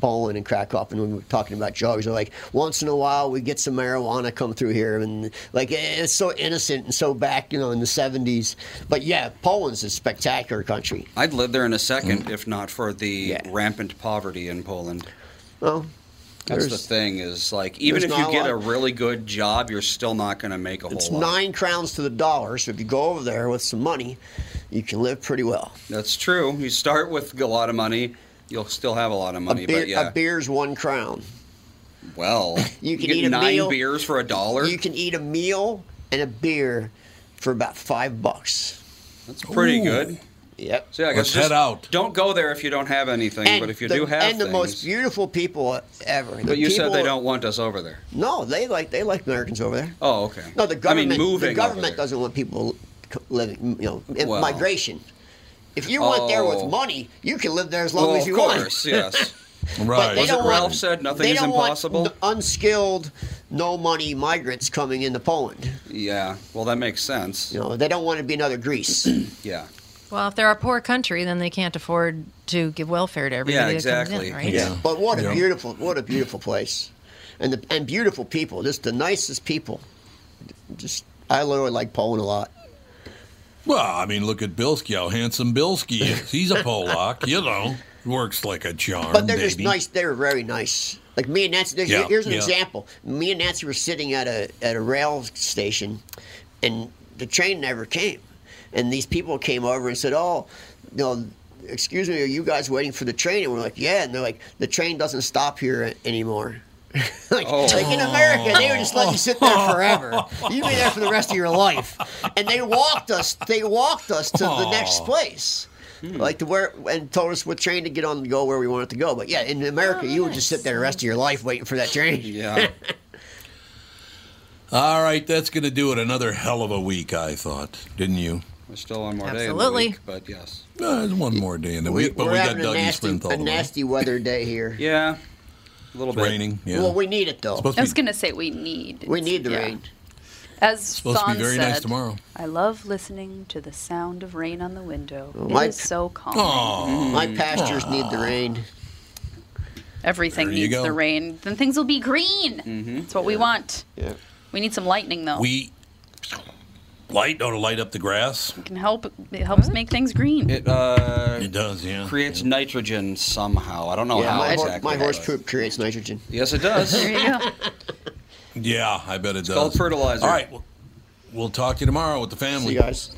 Speaker 3: Poland and Krakow, and we were talking about drugs. They're like, once in a while we get some marijuana come through here, and like eh, it's so innocent and so back, you know, in the '70s. But yeah, Poland's a spectacular country.
Speaker 5: I'd live there in a second
Speaker 3: Mm.
Speaker 5: if not for the rampant poverty in Poland.
Speaker 3: Well,
Speaker 5: That's
Speaker 3: there's-
Speaker 5: the thing is like even if
Speaker 3: there's
Speaker 5: you
Speaker 3: not a
Speaker 5: get
Speaker 3: lot-
Speaker 5: a really good job, you're still not going to make a whole
Speaker 3: It's
Speaker 5: lot.
Speaker 3: nine crowns to the dollar, so if you go over there with some money, you can live pretty well.
Speaker 5: That's true. You start with a lot of money, You'll still have a lot of
Speaker 3: A,
Speaker 5: money,
Speaker 3: beer,
Speaker 5: but yeah.
Speaker 3: a beer's one crown.
Speaker 5: Well,
Speaker 3: You can
Speaker 5: get
Speaker 3: eat a
Speaker 5: nine
Speaker 3: meal.
Speaker 5: beers for a dollar.
Speaker 3: You can eat a meal and a beer for about five bucks.
Speaker 5: That's pretty
Speaker 1: Ooh.
Speaker 5: good.
Speaker 3: Yep.
Speaker 5: So yeah, I guess
Speaker 1: Let's head
Speaker 5: just
Speaker 1: out.
Speaker 5: Don't go there if you don't have anything. but if you
Speaker 3: the,
Speaker 5: do have
Speaker 3: and the most
Speaker 5: things-
Speaker 3: beautiful people ever. The
Speaker 5: but you said
Speaker 3: people-
Speaker 5: they don't want us over there.
Speaker 3: No, they like they like Americans over there.
Speaker 5: Oh, okay.
Speaker 3: No, the government.
Speaker 5: I mean, moving
Speaker 3: the
Speaker 5: over
Speaker 3: government
Speaker 5: there.
Speaker 3: doesn't want people co- living. You know, in-
Speaker 5: Well.
Speaker 3: migration. If you went there with
Speaker 5: Oh.
Speaker 3: money, you can live there as long
Speaker 5: Well,
Speaker 3: as
Speaker 5: of
Speaker 3: you want.
Speaker 5: course, yes.
Speaker 3: But
Speaker 1: Right.
Speaker 3: they
Speaker 5: Was it
Speaker 3: don't want-
Speaker 5: Ralph said nothing
Speaker 3: they
Speaker 5: is
Speaker 3: don't want
Speaker 5: impossible?
Speaker 3: n- unskilled, no money migrants coming into Poland.
Speaker 5: yeah. Well, that makes sense.
Speaker 3: You know, they don't want to be another Greece.
Speaker 5: Yeah.
Speaker 2: Well, if they're a poor country, then they can't afford to give welfare to everybody
Speaker 5: Yeah,
Speaker 2: that comes
Speaker 5: exactly.
Speaker 2: in, right?
Speaker 1: Yeah.
Speaker 3: But what a
Speaker 1: Yeah.
Speaker 3: beautiful, what a beautiful place, and the, and beautiful people. Just the nicest people. Just I literally like Poland a lot.
Speaker 1: Well, I mean, look at Bilski, how handsome Bilski is. He's a Polak, you know. Works like a charm.
Speaker 3: But they're just
Speaker 1: baby.
Speaker 3: nice. They're very nice. Like me and Nancy. there's-
Speaker 1: Yeah,
Speaker 3: here's an
Speaker 1: yeah.
Speaker 3: example. Me and Nancy were sitting at a at a rail station, and the train never came. And these people came over and said, "Oh, you know, excuse me, are you guys waiting for the train?" And we're like, "Yeah." And they're like, "The train doesn't stop here a- anymore." like,
Speaker 5: Oh.
Speaker 3: like in America, they would just let you sit there forever. You'd be there for the rest of your life. And they walked us. They walked us to the next
Speaker 1: Aw.
Speaker 3: place.
Speaker 5: Hmm.
Speaker 3: Like to where and told us what train to get on to go where we wanted to go. But yeah, in America, you would just sit there the rest of your life waiting for that train.
Speaker 5: Oh, Yeah.
Speaker 1: All right, that's going to do it. Another hell of a week, I thought. Didn't you?
Speaker 5: There's still one more
Speaker 2: Absolutely.
Speaker 5: day. in the week, but yes.
Speaker 1: Uh, there's one more day in the week, but
Speaker 3: we're
Speaker 1: we got
Speaker 3: having a
Speaker 1: Dougie
Speaker 3: nasty,
Speaker 1: Sprinthal.
Speaker 3: a
Speaker 1: tomorrow.
Speaker 3: nasty weather day here.
Speaker 5: Yeah. A little
Speaker 1: It's
Speaker 5: bit.
Speaker 1: raining. Yeah.
Speaker 3: Well, we need it though.
Speaker 1: supposed
Speaker 4: I was
Speaker 1: to be,
Speaker 4: gonna say we need.
Speaker 3: We need the
Speaker 4: yeah.
Speaker 3: rain.
Speaker 4: As
Speaker 1: supposed to be
Speaker 4: Fawn
Speaker 1: very
Speaker 4: said,
Speaker 1: nice tomorrow.
Speaker 4: I love listening to the sound of rain on the window. It is
Speaker 3: my-
Speaker 4: so calming.
Speaker 1: Aw.
Speaker 5: Mm.
Speaker 3: My pastures need the rain.
Speaker 4: Everything
Speaker 1: There you
Speaker 4: needs
Speaker 1: go. Mm-hmm.
Speaker 4: the rain. Then things will be green. That's what we want.
Speaker 3: Yeah.
Speaker 4: We need some lightning though.
Speaker 1: We light oh to light up the grass.
Speaker 4: It can help. It helps make things green.
Speaker 5: It uh,
Speaker 1: It does, yeah.
Speaker 5: creates nitrogen somehow. I don't know
Speaker 3: Yeah,
Speaker 5: Oh, how
Speaker 3: my, hor-
Speaker 5: exactly.
Speaker 3: my
Speaker 5: but-
Speaker 3: horse poop creates nitrogen.
Speaker 5: Yes, it does.
Speaker 4: there you go.
Speaker 1: Yeah, I bet it does.
Speaker 5: called fertilizer.
Speaker 1: All right, well, we'll talk to you tomorrow with the family.
Speaker 3: See you guys.